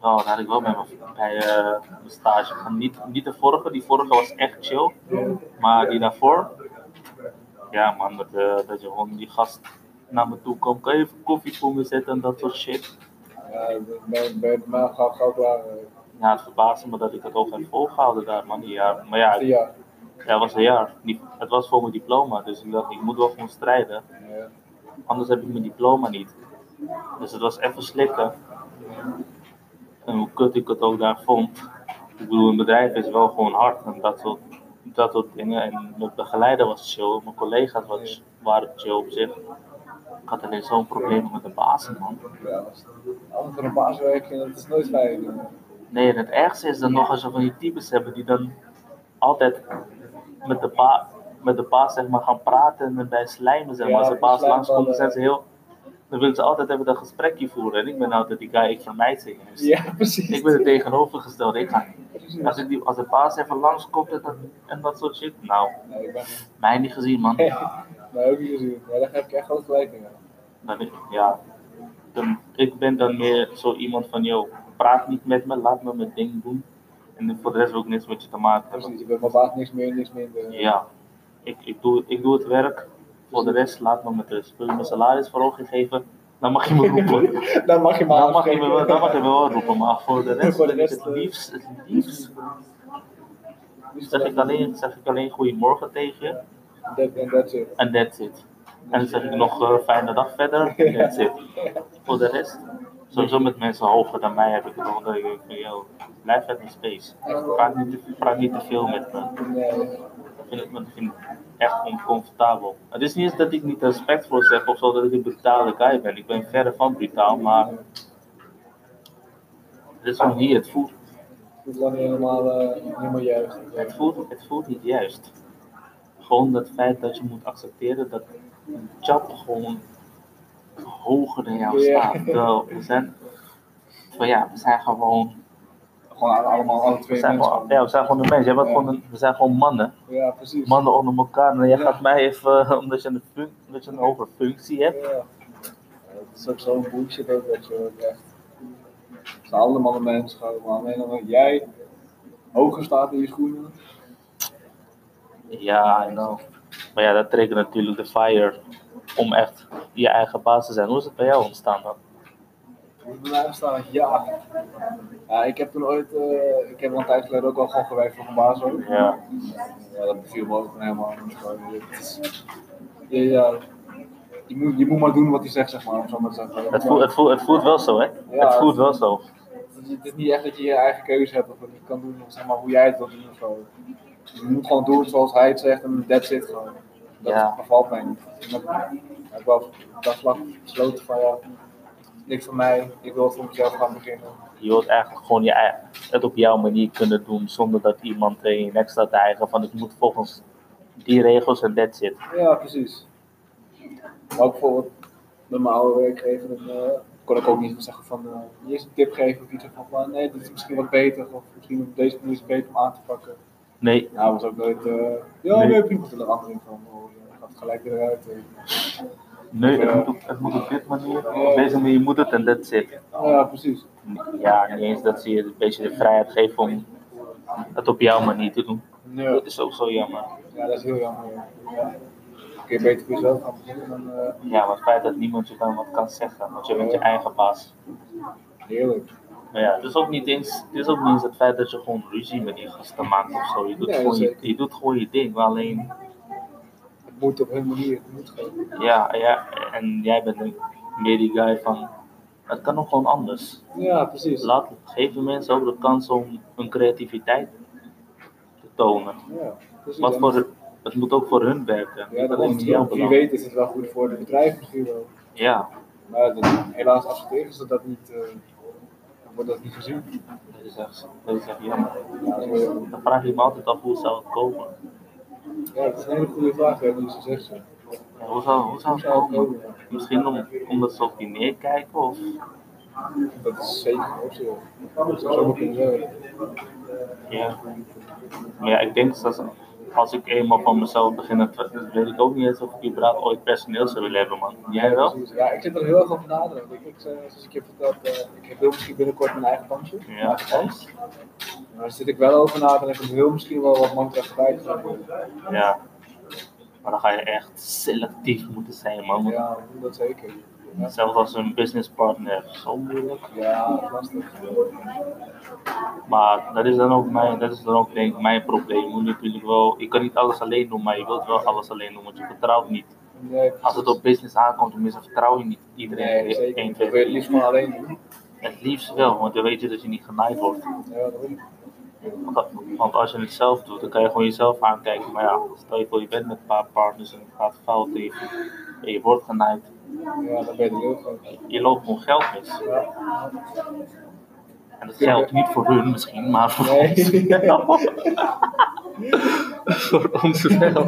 Nou, dat had ik wel bij mijn, bij, eh, mijn stage. Van Niet, niet de vorige, die vorige was echt chill. Ja. Maar die daarvoor, ja man, dat, eh, dat je gewoon die gast naar me toe komt. Kan je even koffie voor me zetten en dat soort shit. Ja, ben, ben, maar gauw, gauw klaar. eh, Ja, het verbaasde me dat ik het ook heb volgehouden daar man, die jaar. Maar ja, Vier jaar. Ja, het was een jaar. Die- Het was voor mijn diploma, dus ik dacht, ik moet wel gewoon strijden. Ja. Anders heb ik mijn diploma niet. Dus het was even slikken. En hoe kut ik het ook daar vond. Ik bedoel, een bedrijf is wel gewoon hard en dat soort, dat soort dingen. En mijn begeleider was chill, mijn collega's was, waren chill op zich. Ik had alleen zo'n probleem met de baas, man. Ja, als- altijd voor een baas werken, dat is nooit fijn. Nee, en het ergste is dan nog als je van die types hebben die dan altijd met de, pa, met de baas zeg maar, gaan praten en bij slijmen. Zeg maar. Ja, als de die baas langskomt, dan slijmballen. zijn ze heel. Dan willen ze altijd even dat gesprekje voeren. En ik ben altijd die guy, ik vermijd ze juist. Ja, precies. Ik ben het tegenovergestelde. Ik ga, Precies. als, ik die, als de baas even langskomt en dat, en dat soort shit. Nou, Nee, ik ben... mij niet gezien, man. Nee, ook niet gezien. Ja, daar heb ik echt groot gelijk in. ja. Dan, ja, dan, ik ben dan meer zo iemand van, joh, praat niet met me, laat me mijn ding doen. En voor de rest wil ik niks met je te maken hebben. Precies, je bent baas niks meer, niks minder. Ja, ik, ik, doe, ik doe het werk. Voor de rest laat me met rust. Wil je mijn salaris voor gegeven? Dan mag je me roepen. Dan mag je maar Dan mag je me, wel- afspreken. dan mag je me wel roepen. Maar voor de rest, Voor de wil ik rest, het eh, liefst, het liefst zeg ik alleen, zeg ik alleen goedemorgen tegen je. That, and that's it. En that's it. En dan zeg ik nog eh, fijne dag verder. En that's it. Voor de rest, sowieso met mensen hoger dan mij heb ik het onder. Ik van, yo, blijf uit mijn space. Praat niet, te- praat niet te veel met me. Nee. Ik vind het, want ik vind het echt oncomfortabel. Het is niet eens dat ik niet respectvol zeg of zo dat ik een brutale guy ben. Ik ben verre van brutaal, maar het is gewoon hier. Het voelt, Het is lang helemaal, eh, helemaal juist. het, voelt, het voelt niet juist. Gewoon dat feit dat je moet accepteren dat een chap gewoon hoger dan jou Ja. staat. Terwijl we zijn, van ja, we zijn gewoon, Gewoon allemaal, alle we twee zijn mensen. gewoon, ja, we zijn gewoon een mens. Jij bent Ja. gewoon een- we zijn gewoon mannen. Ja, precies. Mannen onder elkaar. En jij Ja. gaat mij even, eh, omdat je een, fun- omdat je een hogere functie hebt. Ja. Het is ook zo'n bullshit ook, dat je ook echt. Het zijn allemaal mensen, gewoon allemaal alleen maar jij hoger staat in je schoenen. Ja, I know. Maar ja, dat trekt natuurlijk de fire om echt je eigen baas te zijn. Hoe is het bij jou ontstaan dan? Moet bij mij staan, ja. ja. Ik heb toen ooit, eh, ik heb al een tijd geleden ook al gewoon gewerkt voor een baas ook. Ja, Ja, dat beviel me ook helemaal niet. Gewoon, je- het is- Ja, ja. Je moet, je moet maar doen wat hij zegt, zeg maar, om zo maar te zeggen. het voelt, het voelt, het voelt wel zo, hè? Ja. het voelt wel zo. Het is- het is niet echt dat je je eigen keuze hebt of dat je kan doen, zeg maar, hoe jij het wil doen of zo. Dus Je moet gewoon doen zoals hij het zegt en that's it gewoon. Dat Ja. bevalt mij niet. En dat- ja, Ik wou op dat vlak besloten van ja, niks van mij, ik wil voor mezelf gaan beginnen. Je wilt eigenlijk gewoon je, ei- het op jouw manier kunnen doen zonder dat iemand eh, je nek staat te eigen van ik moet volgens die regels en that's it. Ja, precies. Maar ook bijvoorbeeld met mijn oude werkgever dan, eh, kon ik ook niet zeggen van eh, hier is een tip geven of iets van van, nee, dit is misschien wat beter of misschien op deze manier is het beter om aan te pakken. Nee, Nou, was ook nooit. eh ja, Nee. nee, prima. Toen er anderen van. Oh, je gaat gelijk weer eruit. eh. nee het, Ja. moet op, het moet op dit manier, op deze manier moet het en that's it. Ja, precies. Ja, niet eens dat ze je een beetje de vrijheid geven om het op jouw manier te doen. Nee. Dat is ook zo jammer. Ja, dat is heel jammer. ja. Ja. Kun je beter voor jezelf gaan beginnen dan. eh, Ja, maar het feit dat niemand je dan wat kan zeggen, want je bent je eigen baas. heerlijk. Maar ja, het is ook niet eens het, is ook niet eens het feit dat je gewoon ruzie met die gasten maakt of zo. Je doet, Nee, gewoon, je, zeker. je doet gewoon je ding, maar alleen, Het moet op hun manier. Het moet gewoon. ja, ja, en jij bent een- meer die guy van, het kan ook gewoon anders. Ja, precies. Ja. Laat, geef de mensen ook de kans om hun creativiteit te tonen. precies. Wat En- voor, het moet ook voor hun werken, Ja, niet dat alleen is in jouw Wie belang. weet is het wel goed voor het bedrijf misschien wel. Ja, Maar dat, helaas accepteren ze dat niet. eh, dan wordt dat niet gezien. dat is echt, dat is echt jammer. Ja, dat is, Dan vraag ik me altijd af hoe zou het komen. ja, dat is een hele goede vraag. hè, die ze zegt zo. Ja, hoe zou, hoe zou Hoe het zou het komen? komen? ja? Misschien om, omdat ze op die neerkijken of... Dat is zeker een optie. hoor. Dat zou zomaar kunnen zijn. Ja. Maar ja, ik denk dat ze- als ik eenmaal van mezelf begin, dan tw- weet ik ook niet eens of ik überhaupt ooit personeel zou willen hebben, man. Jij wel? Ja, ik zit er heel erg over na te denken. Ik, ik, eh, zoals ik je heb verteld, eh, ik wil misschien binnenkort mijn eigen bandje. Ja, eens? Maar daar zit ik wel over na te denken. Ik wil misschien wel wat man bij te gaan worden. Ja. Maar dan ga je echt selectief moeten zijn, man. Ja, dat zeker. Ja, Zelfs als een businesspartner, zo moeilijk. ja lastig. Maar dat is dan ook mijn, dat is dan ook denk ik mijn probleem. Je moet natuurlijk wel, je kan niet alles alleen doen, maar je wilt wel alles alleen doen, want je vertrouwt niet. Nee, Als het op business aankomt, tenminste vertrouw je niet iedereen. Nee, zeker. 1, niet. 2, Ik wil het liefst gewoon alleen doen. Het liefst wel, want dan weet je dat je niet genaaid wordt. Ja, dat wil ik. Want- Want als je het zelf doet, dan kan je gewoon jezelf aankijken. Maar ja, stel je voor je bent met een paar partners en het gaat fout en je, en je wordt genaaid. Ja, dan ben je er heel groot. Je loopt gewoon geld mis. Ja. En dat geldt niet voor hun misschien, maar voor Nee. ons wel. voor ons wel.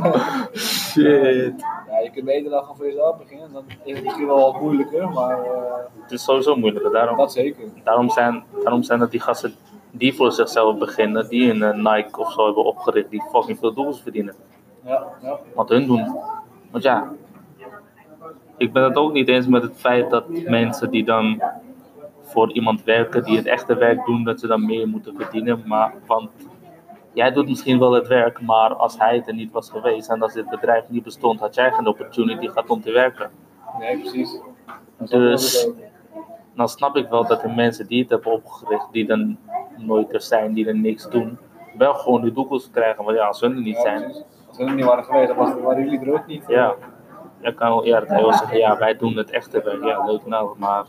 Shit. ja, je kunt beter dan gewoon voor jezelf beginnen. Dan is het misschien wel wat moeilijker, maar eh, Het is sowieso moeilijker. Daarom, dat zeker. daarom, zijn, daarom zijn dat die gasten die voor zichzelf beginnen, die een eh, Nike of zo hebben opgericht, die fucking veel doels verdienen. Ja, ja. wat hun doen. Want ja, ik ben het ook niet eens met het feit dat mensen die dan voor iemand werken, die het echte werk doen, dat ze dan meer moeten verdienen. Maar, want jij doet misschien wel het werk, maar als hij het er niet was geweest en als dit bedrijf niet bestond, had jij geen opportunity gehad om te werken. Nee, precies. Dat Dus- is ook wel zo. Dan snap ik wel dat de mensen die het hebben opgericht, die dan nooit er zijn, die er niks doen, wel gewoon de doekels krijgen. Want ja, als hun er niet Ja, zijn, precies. Als we er niet waren geweest, dan was- waren jullie er ook niet. Ja. Je kan wel eerlijk heel zeggen, ja, wij doen het echte werk. Ja, leuk nou, maar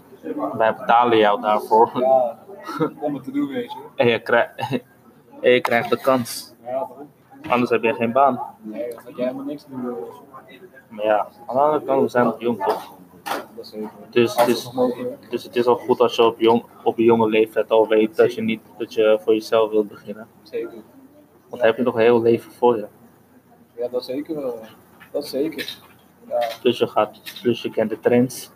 wij betalen jou daarvoor. Ja, om het te doen, weet je. En je, krij- en je krijgt de kans. Ja, daarom. Anders heb je geen baan. Nee, dat had jij helemaal niks te doen. joh. Maar ja, aan de andere kant, we zijn nog jong toch? Dat is zeker. Dus, Alles dus, is mogelijk. dus het is al goed als je op, jong, op een jonge leeftijd al weet dat je niet dat je voor jezelf wilt beginnen. Zeker. Want dan heb je nog een heel leven voor je. Ja, dat zeker wel. Dat zeker. Ja, Plus Dus je, gaat, plus je kent de trends.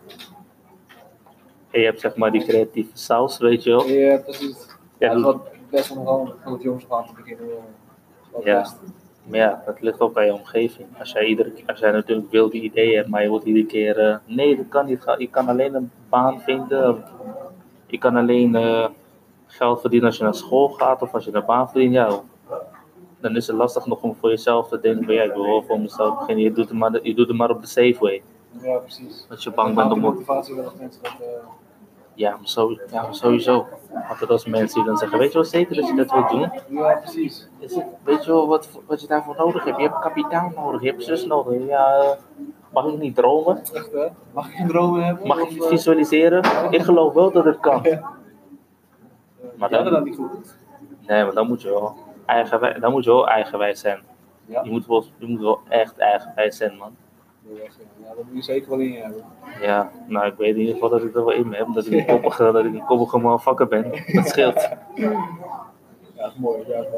En je hebt zeg maar die creatieve saus, weet je wel. ja precies. Oh. Ja, Ja, het dat- was best wel nogal om van het jongs af aan te beginnen. joh. Dat was Ja. best. Maar ja, dat ligt ook bij je omgeving. Als jij, iedere, keer- als jij natuurlijk wilde ideeën hebt, maar je wordt iedere keer. eh, nee, dat kan niet. Ga- Je kan alleen een baan vinden. Je kan alleen eh, geld verdienen als je naar school gaat of als je een baan verdient. Ja, dan is het lastig nog om voor jezelf te denken: van ja, ik wil wel voor mezelf beginnen. Je doet het maar, je doet het maar op de safe way. Ja, precies. Dat je bang Dat bent om. de op- motivatie wel echt mensen dat, eh, Ja, maar, zo, ja, maar sowieso. Altijd als mensen die dan zeggen: Weet je wel zeker dat je dat wilt doen? Ja, precies. Is het- weet je wel wat, wat je daarvoor nodig hebt? Je hebt kapitaal nodig, je hebt zus nodig. Ja, eh, mag ik niet dromen? Echt, hè? Mag ik een droom hebben? Mag Of, ik eh, visualiseren? Ik geloof wel dat het kan. Ja. Maar Maar dan- dat dan niet goed. Nee, maar dan moet je wel eigenwijs, dan moet je wel eigenwijs zijn. Ja. Je, moet wel, je moet wel echt eigenwijs zijn, man. Ja, dat moet je zeker wel in je hebben. Ja, nou, ik weet in ieder geval dat ik er wel in me heb. Dat ik een koppige, dat ik een koppige motherfucker ben. Dat scheelt. Ja, dat is mooi. Ja, dat is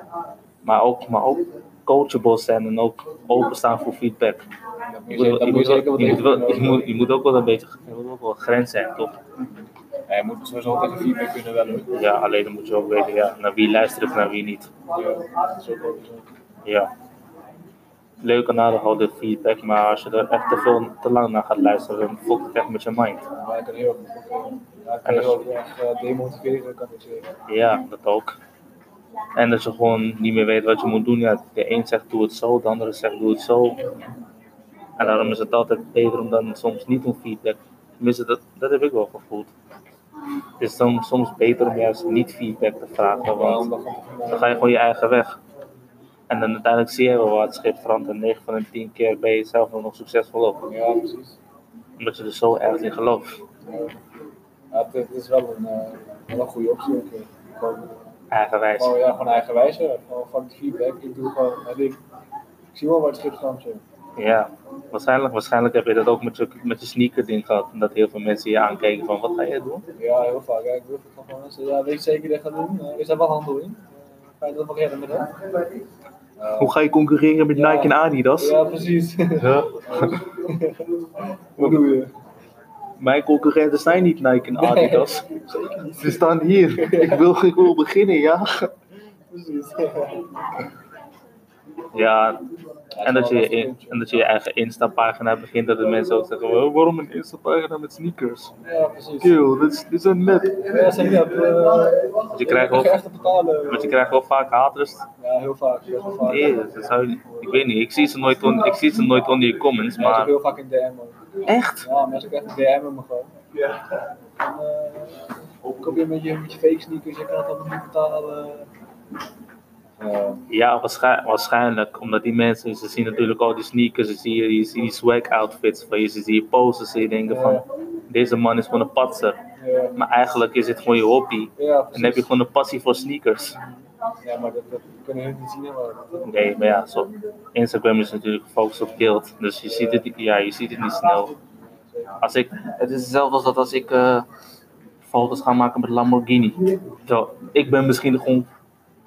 mooi. Maar ook, maar ook coachable zijn en ook openstaan voor feedback. Dat moet Je je moet, zeker- wel- dat je moet je moet, wel- je moet, zeker wat wel- je even- moet, je moet ook wel een beetje je moet ook wel grens zijn, toch? Ja, je moet sowieso altijd een feedback kunnen wel hoor. Ja, alleen dan moet je ook weten ja, naar wie luister ik, naar wie niet. Ja, dat is ook wel zo. Ja. Leuk en aardig al dit feedback, maar als je er echt te veel te lang naar gaat luisteren, dan fokt het echt met je mind. Maar ik kan heel erg ja, ik En kan dat- heel erg eh, demotiveren, kan ik zeggen. Ja, dat ook. En dat je gewoon niet meer weet wat je moet doen. Ja, de een zegt doe het zo, de andere zegt doe het zo. En daarom is het altijd beter om dan soms niet om feedback. Tenminste, dat, dat heb ik wel gevoeld. Het is dan soms beter om juist niet feedback te vragen, Ja, want om dat gewoon te- Dan ga je gewoon je eigen weg. En dan uiteindelijk zie je wel waar het schip strandt. En 9 van de 10 keer ben je zelf nog succesvol op. Ja, precies. Omdat je er zo erg in gelooft. Ja. Ja, het, het is wel een, eh, wel een goede optie. ook, eh. Gewoon, Eigenwijs. gewoon, ja, gewoon eigenwijs. hè. Gewoon van de feedback. Ik doe gewoon mijn ding. Ik zie wel waar het schip stamt. joh. Ja. Waarschijnlijk, waarschijnlijk heb je dat ook met je, met je sneaker ding gehad. Dat heel veel mensen je aankijken van wat ga je doen? Ja, heel vaak. Ja, ik durf het gewoon mensen. Ja, weet je zeker dat je gaat doen? Eh, is daar wel handel in? Eh, Ga je dat wel redden met dat? Eh, Hoe ga je concurreren met Ja. Nike en Adidas? ja, precies. Huh? Wat doe je? Mijn concurrenten zijn niet Nike en Adidas. Zeker niet. Ze staan hier. Ik wil, ik wil beginnen, ja. Precies. Ja, Ja, En dat, je, lastig je- puntje. en dat je je eigen Insta-pagina begint, dat de mensen ook zeggen: "Oh, waarom een Insta-pagina met sneakers? Ja, precies. Kill, dit, is- dit zijn net. Ja, zeker. Uh, je krijgt ook- echt te betalen. Want je krijgt wel vaak haters. Ja, heel vaak. Best wel vaak. Nee, dat zou je- ik weet niet, ik zie, ze nooit on, ik zie ze nooit onder je comments, Mensen ook maar. heel vaak in DM. man. Echt? Ja, mensen ook echt DM'en me gewoon. Ja. Uh, kom je met je, met je fake sneakers, je kan het allemaal niet betalen. Ja, Ja, waarschijnlijk, waarschijnlijk. Omdat die mensen, ze zien natuurlijk al die sneakers, ze zien je ziet die swag outfits van je, ze zien je poses, ze denken van: deze man is gewoon een patser. ja, Maar eigenlijk is het gewoon je hobby. ja En dan heb je gewoon een passie voor sneakers. Ja, maar dat, dat kunnen hun niet zien. hè, Maar, Nee, maar ja, zo. Instagram is natuurlijk gefocust op geld, dus je ziet het, ja, je ziet het niet snel. Als ik, het is hetzelfde als dat als ik eh, foto's ga maken met Lamborghini. Zo, ik ben misschien gewoon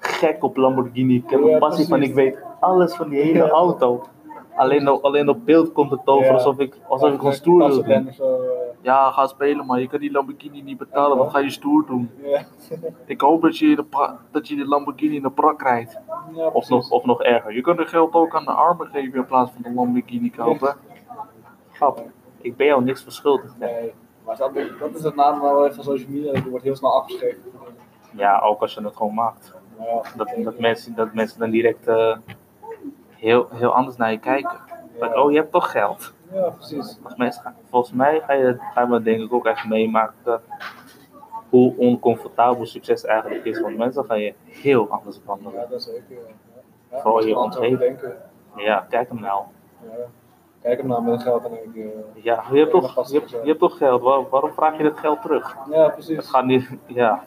gek op Lamborghini. Ik heb Ja, een passie van, precies. ik weet alles van die hele Ja. auto. Alleen op, alleen op beeld komt het over Ja. alsof ik, alsof ik gewoon stoer wil doen. eh, Ja, ga spelen maar, je kan die Lamborghini niet betalen, wat ga je stoer doen? Ja, Ik hoop dat je de, pra- dat je de Lamborghini in de prak rijdt. ja, Of nog, precies. of nog erger, je kunt het geld ook aan de armen geven in plaats van de Lamborghini kopen. Grap. Ik ben jou niks verschuldigd. hè. Nee, maar dat, dat is het nadeel van social media, dat je wordt heel snel afgeschreven. Ja, ook als je het gewoon maakt. Maar ja, Dat, dat, mensen, dat mensen dan direct eh, heel, heel anders naar je kijken. Like, oh, je hebt toch geld. ja, precies. Als mensen gaan- volgens mij ga je, ga je denk ik ook echt meemaken hoe oncomfortabel succes eigenlijk is. Want mensen gaan je heel anders Ja, behandelen. dat zeker. Ja. Ja, Vooral moet je er anders over denken. Ja, kijk hem nou. Ja. Kijk hem nou met het geld en ik. eh, Ja, je hebt toch, je hebt, je hebt toch geld. Waar- waarom vraag je dat geld terug? Ja, precies. Het gaat niet, ja.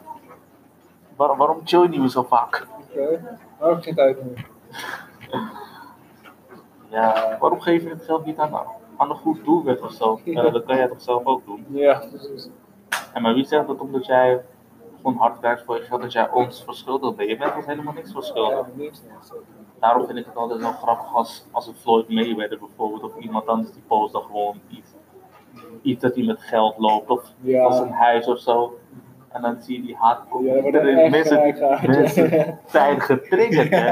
Waar- waarom chill je niet meer zo vaak? Oké, daar heb ik geen tijd meer. Ja, waarom geef je het geld niet aan, aan een goed doelwit of zo? Ja, dat kan jij toch zelf ook doen? Ja, precies. En maar wie zegt dat omdat jij gewoon hard werkt voor je geld, dat jij ons verschuldigd bent? Je bent ons helemaal niks verschuldigd. Ja, niks. nee, zeker. Daarom vind ik het altijd wel grappig als, als een Floyd Mayweather bijvoorbeeld, of iemand anders die post dan gewoon iets, iets dat hij met geld loopt, of Ja. als een huis of zo. En dan zie je die haat Ja, dat wordt En echt gelijk mensen, gehaald, ja. mensen zijn getriggerd, hè?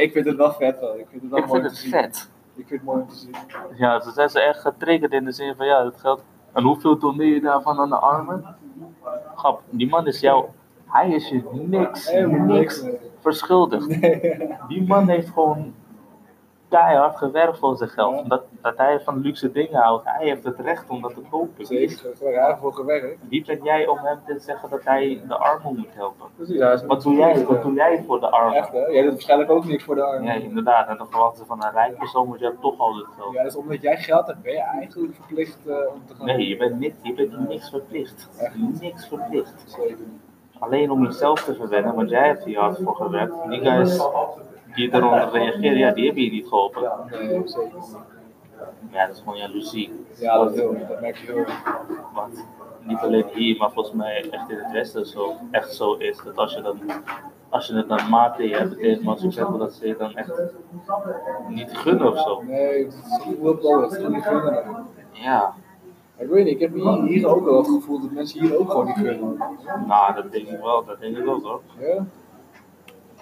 Ik vind het wel vet wel. Ik vind het wel Ik vind mooi om het te zien. vet. Ik vind het mooi om te zien. Ja, ze zijn ze echt getriggerd in de zin van ja, het geld. En hoeveel toneer je daarvan aan de armen? Grap, die man is jou. Hij is je niks, Helemaal niks. niks verschuldigd. Nee. Die man heeft gewoon keihard gewerkt voor zijn geld. Ja. Dat, dat hij van luxe dingen houdt. Hij heeft het recht om dat te kopen. Zeker, daar heb ik eigenlijk voor gewerkt. Wie ben jij om hem te zeggen dat hij de armen moet helpen? Precies, ja, is eh, Wat doe jij, wat doe jij voor de armen? Echt hè? Jij doet waarschijnlijk ook niks voor de armen. Ja, inderdaad. En dan verwachten ze van een rijk persoon moet jij toch al het geld. Ja, dus omdat jij geld hebt, ben je eigenlijk verplicht eh, om te gaan. Nee, je bent, niet, je bent niks verplicht. Echt. Niks verplicht. Zeker. Alleen om jezelf te verwennen, want jij hebt hier hard voor gewerkt. Die guys die eronder reageren, ja, die hebben je niet geholpen. Nee, zeker. Ja, dat is gewoon jaloezie. Ja, dat, heel, dat merk je heel erg. Want niet alleen hier, maar volgens mij echt in het Westen zo, echt zo is. Dat als je, dan, als je het dan maat tegen hebt, betekent maar succesvol dat ze je dan echt niet gunnen of zo. Nee, het is heel belangrijk. Het is gewoon niet gunnen. Ja, Ik weet niet, ik heb hier, hier ook wel het gevoel dat mensen hier ook gewoon niet gunnen. nou, dat denk ik wel, dat denk ik ook hoor. Ja?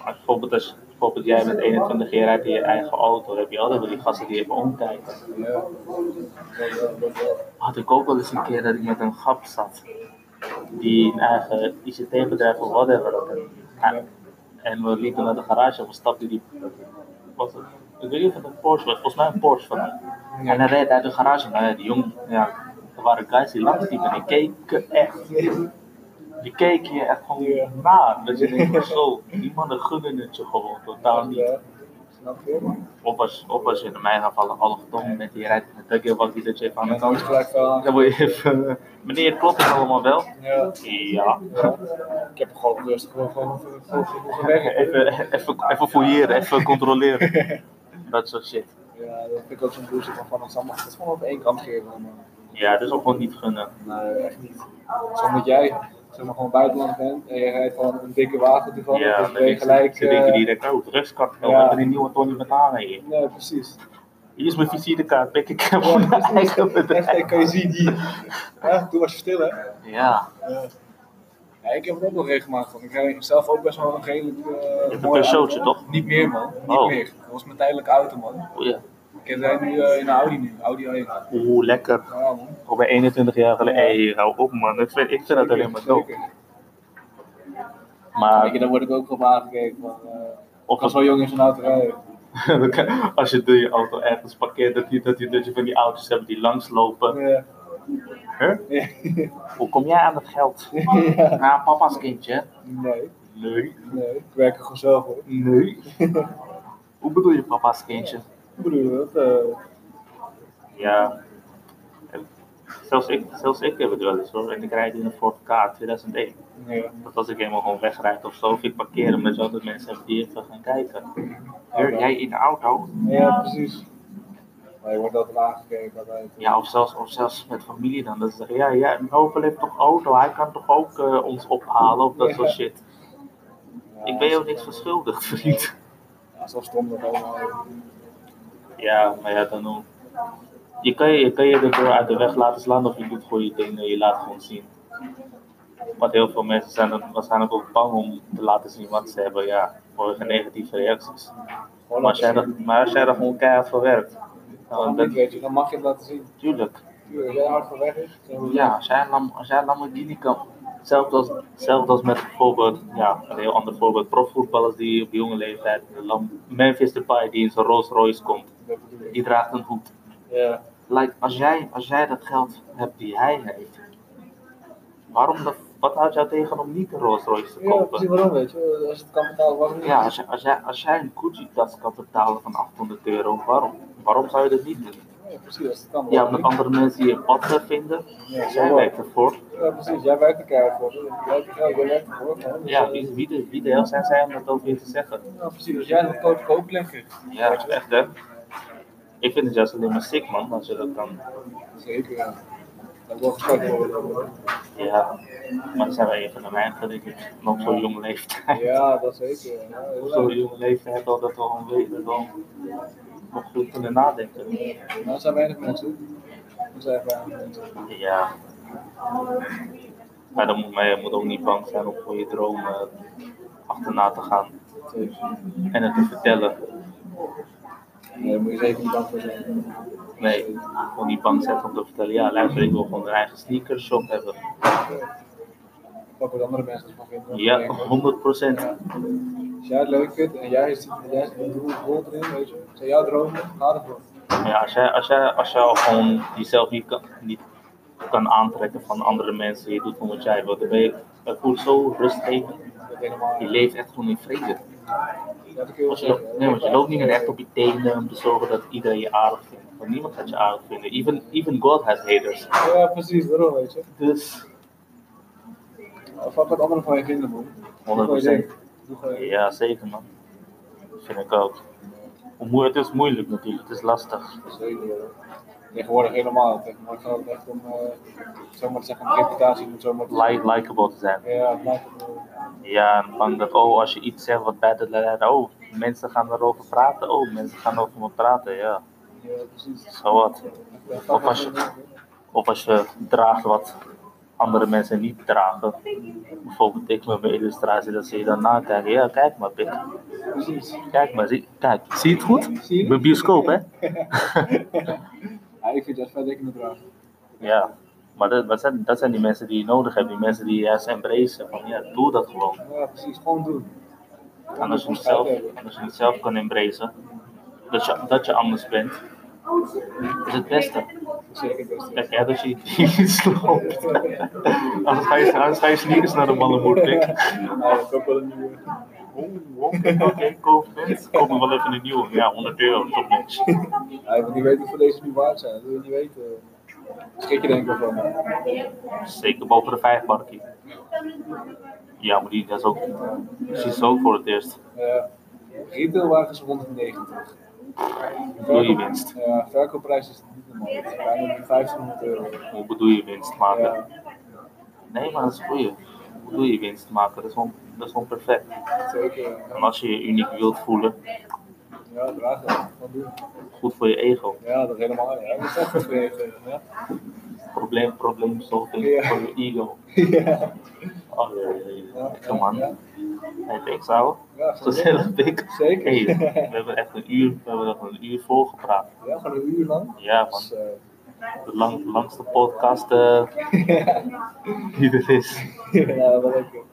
Als bijvoorbeeld, als, bijvoorbeeld jij met 21 jaar rijdt in je eigen auto, dan heb je altijd wel die gasten die even omkijken. Ja. Dat wel, dat eh, wel. had ik ook wel eens een keer dat ik met een grap zat. Die een eigen ICT-bedrijf of whatever had. En- En we liepen naar de garage en we stapten die. Wat, ik weet niet of het een Porsche was, volgens mij een Porsche van hem. En hij reed uit de garage, maar ja, die jongen, ja, er waren guys die langs liepen en die keken echt. Die keken je echt Ja. gewoon na. Dat je denkt, van, zo, die mannen gunnen het je gewoon totaal niet. Ja. Snap je? Of als, of als je in mijn geval een allochtoon bent, die rijdt met een dagje wat die dat je even aan de Ja, kant dan is het gelijk wel aan. dan word je even. eh, Meneer, klopt het allemaal wel? Ja. Ja. Ja. Ik heb gewoon rustig gewoon gewoon voor- voor- voor voor gewerkt. Even, even, even fouilleren, even controleren. Dat soort shit. Ja, dat vind ik ook zo'n bullshit van van ons allemaal. Het is gewoon op één kant geven allemaal. Ja, dat is ook gewoon niet gunnen. Nee, echt niet. Het is omdat jij zeg maar, gewoon buitenland bent en je rijdt van een dikke wagen toevallig, Ja, dus dan ben je denk gelijk... ze denken eh, direct, oh, drugskart, we ja. hebben die nieuwe Tony Banana hier. Nee, precies. Hier is mijn visitekaart, denk ik. heb Ja, voor mijn precies. eigen bedrijf. Echt, eh, kan je zien hier. Ja, toen was je stil, hè? Ja, Ja. Ja, ik heb het ook wel regelmatig van. Ik rij zelf ook best wel een redelijk eh een mooie Peugeotje, auto. toch? Niet meer, man. Niet Oh. meer. Dat was mijn tijdelijke auto, man. oh ja. Ik rij nu eh, in een Audi nu. Audi A1. Oeh, lekker. Ja, man. Ook bij 21 jaar geleden. Hé, hou op man. Ik vind, ik vind dat alleen maar dope. Zeker. Weet je, Maar daar word ik ook op aangekeken van. eh Of of als wel jong in zo'n auto rijden. dan kan- als je de- je auto ergens parkeert, dat je, dat, je, dat je van die auto's hebt die langslopen. Ja. Huh? Ja. Hoe kom jij aan het geld? Ja. Na papa's kindje? Nee, Nee. nee. Ik werk er gewoon zelf op. Nee. Hoe bedoel je papa's kindje? Ik bedoel dat. eh, Ja. Zelfs ik, zelfs ik heb het wel eens hoor. En ik rijd in een Ford K 2001. ja. Dat als ik helemaal gewoon wegrijd of zo, of ik parkeer omdat je altijd mensen hebt die even gaan kijken. Heur jij in de auto? ja, precies. Maar je wordt altijd aangekeken altijd. Ja, of zelfs, of zelfs met familie dan. Dat ze zeggen, ja, ja, Nobel heeft toch auto, hij kan toch ook eh, ons ophalen of dat soort shit. Ja, Ik ben jou niks verschuldigd, vriend. Ja, zo stom dat allemaal. Ja, maar ja, dan ook. Je kan je, je kan je erdoor uit de weg laten slaan of je doet gewoon je dingen, je laat gewoon zien. Want heel veel mensen zijn er waarschijnlijk ook bang om te laten zien wat ze hebben, ja, vanwege negatieve reacties. Gewoon Maar als jij laten er, maar als jij er gewoon keihard voor werkt, zien. Nou, dan dit ben je weet je, dan mag je het laten zien. natuurlijk. puur. Als jij hard van weg is, dan Ja, als jij, Lam, als jij Lamborghini kan. Hetzelfde als, hetzelfde als met bijvoorbeeld, ja, een heel ander voorbeeld, profvoetballers die op jonge leeftijd, Lam- Memphis Depay die in zijn Rolls Royce komt, dat bedoel ik. die draagt een hoed. Ja. Like, als, jij, als jij dat geld hebt die hij heeft, waarom dat, wat houdt jou tegen om niet een Rolls Royce te Ja, kopen? precies waarom, weet je. Als het kan betalen, waarom niet? Ja, als, jij- als, jij, als jij een Gucci-tas kan betalen van 800 euro, waarom? Waarom zou je dat niet doen? Ja, precies, als het kan. Ja, waarom omdat niet? andere mensen die je pad gaan vinden, Ja, zo zij wel. werkt ervoor. Ja, precies. Jij werkt elkaar voor. Jij werkt elkaar voor. hè. Dus, Ja, eh, wie, wie, de, wie de hel zijn zij om dat ook weer te zeggen? Ja, precies. Als jij dat koopt, koop lekker. Ja, dat is echt hè. Ik vind het juist alleen maar sick man, als je dat kan. Zeker, ja. Dat wordt gek worden. Ja, maar dan zijn we even een lijn dat ik het nog zo'n jonge leeftijd. Ja, dat zeker. Ja, Op heel zo'n leuk. jonge leeftijd al dat we gewoon weten, dan nog goed kunnen nadenken. Nou, er zijn weinig mensen. Er zijn weinig mensen. Ja. Maar dan moet, maar je moet ook niet bang zijn om voor je droom eh, achterna te gaan Zeker. en het te vertellen. Nee, daar moet je zeker niet bang voor zijn. Nee, gewoon niet bang zijn om te vertellen. Ja, luister, ik wil gewoon een eigen sneakershop hebben. Ook wat andere mensen ervan vinden. Ja, Denk ik. 100 Ja. Als jij het leuk vindt en jij zit jij zit een doel- doel erin, weet je. Het zijn jouw dromen, ga ervoor. Ja, als jij, als jij, als jij al gewoon jezelf niet kan, niet kan aantrekken van andere mensen, je doet gewoon wat jij wilt, dan ben je het voelt zo rustgevend. Dat is helemaal... Je leeft echt gewoon in vrede. Dat kun je wel Want je, loopt- zeggen. nee, want je loopt niet meer echt op je tenen om te zorgen dat iedereen je aardig vindt. Want niemand gaat je aardig vinden. Even, even God has haters. Ja, precies. Daarom, weet je. Dus, Of Nou, wat anderen van je vinden, man. 100%. Doe gewoon je Ja, zeker man. Vind ik ook. Hoe moe- Het is moeilijk natuurlijk, het is lastig. ding. Zeker, joh. Tegenwoordig helemaal. Tegenwoordig gaat het echt om, eh zomaar te zeggen, om reputatie, om zomaar te Like, likeable te zijn. Ja, het lijkt me wel. Ja, en bang dat, oh, als je iets zegt wat bij de leider, oh, mensen gaan erover praten, oh, mensen gaan over me praten, ja, Ja, precies. zo wat. Dat Of als gaat je- wel niet. Of als je draagt wat andere mensen niet dragen, bijvoorbeeld ik met mijn illustratie, dan zie je dan nakijken, ja, kijk maar, pik, Precies. kijk maar, zie, kijk, zie je het goed? Zie je Ik ben bioscoop, hè? Ja, ik vind dat vrij dikke bedrag. Ja, maar dat, dat, zijn, dat zijn die mensen die je nodig hebt, die mensen die je juist embracen, van ja, doe dat gewoon. Ja, precies. Gewoon doen. En als je het zelf, en als je het zelf kan embracen, dat je, dat je anders bent, is het beste. Zeker best. Kijk, hè, dat je die sneakers loopt. anders, ga je, anders ga je sneakers naar de mannenmoed pikken. Ja, dat is ook wel een nieuwe. Oké, koop dit. Koop me wel even een nieuwe. Ja, 100 euro, toch niks. Ja, ik wil niet weten hoeveel deze nu waard zijn. Dat wil je niet weten. Schrik je denk ik wel van. Zeker boven de vijf barkie. Ja, maar die dat is ook precies zo voor het eerst. Eh, Retailwagens 190. Doe je winst. Ja, verkoopprijs is niet normaal. Het is Bijna 1500 euro. Hoe bedoel je winst maken? Ja, Nee, maar dat is goed. Hoe bedoel je winst maken? Dat is gewoon, dat is gewoon perfect. zeker. En als je je uniek wilt voelen, Ja, draag dat. Wat doen. goed voor je ego. Ja, dat is helemaal. Ja, dat is echt vergeten. Ja. Probleem, probleem, solving Ja. voor je ego. ja. Oh, ja, ja, ja. Ja, Lekker, man. ja. Hey, thanks ouwe. Ja, Gezellig dik. Zeker. Hey, we hebben echt een uur, we hebben echt een uur volgepraat. Ja, gewoon een uur lang. Ja man, Dus, eh, de lang, langste podcast eh, die er is. ja, wel lekker.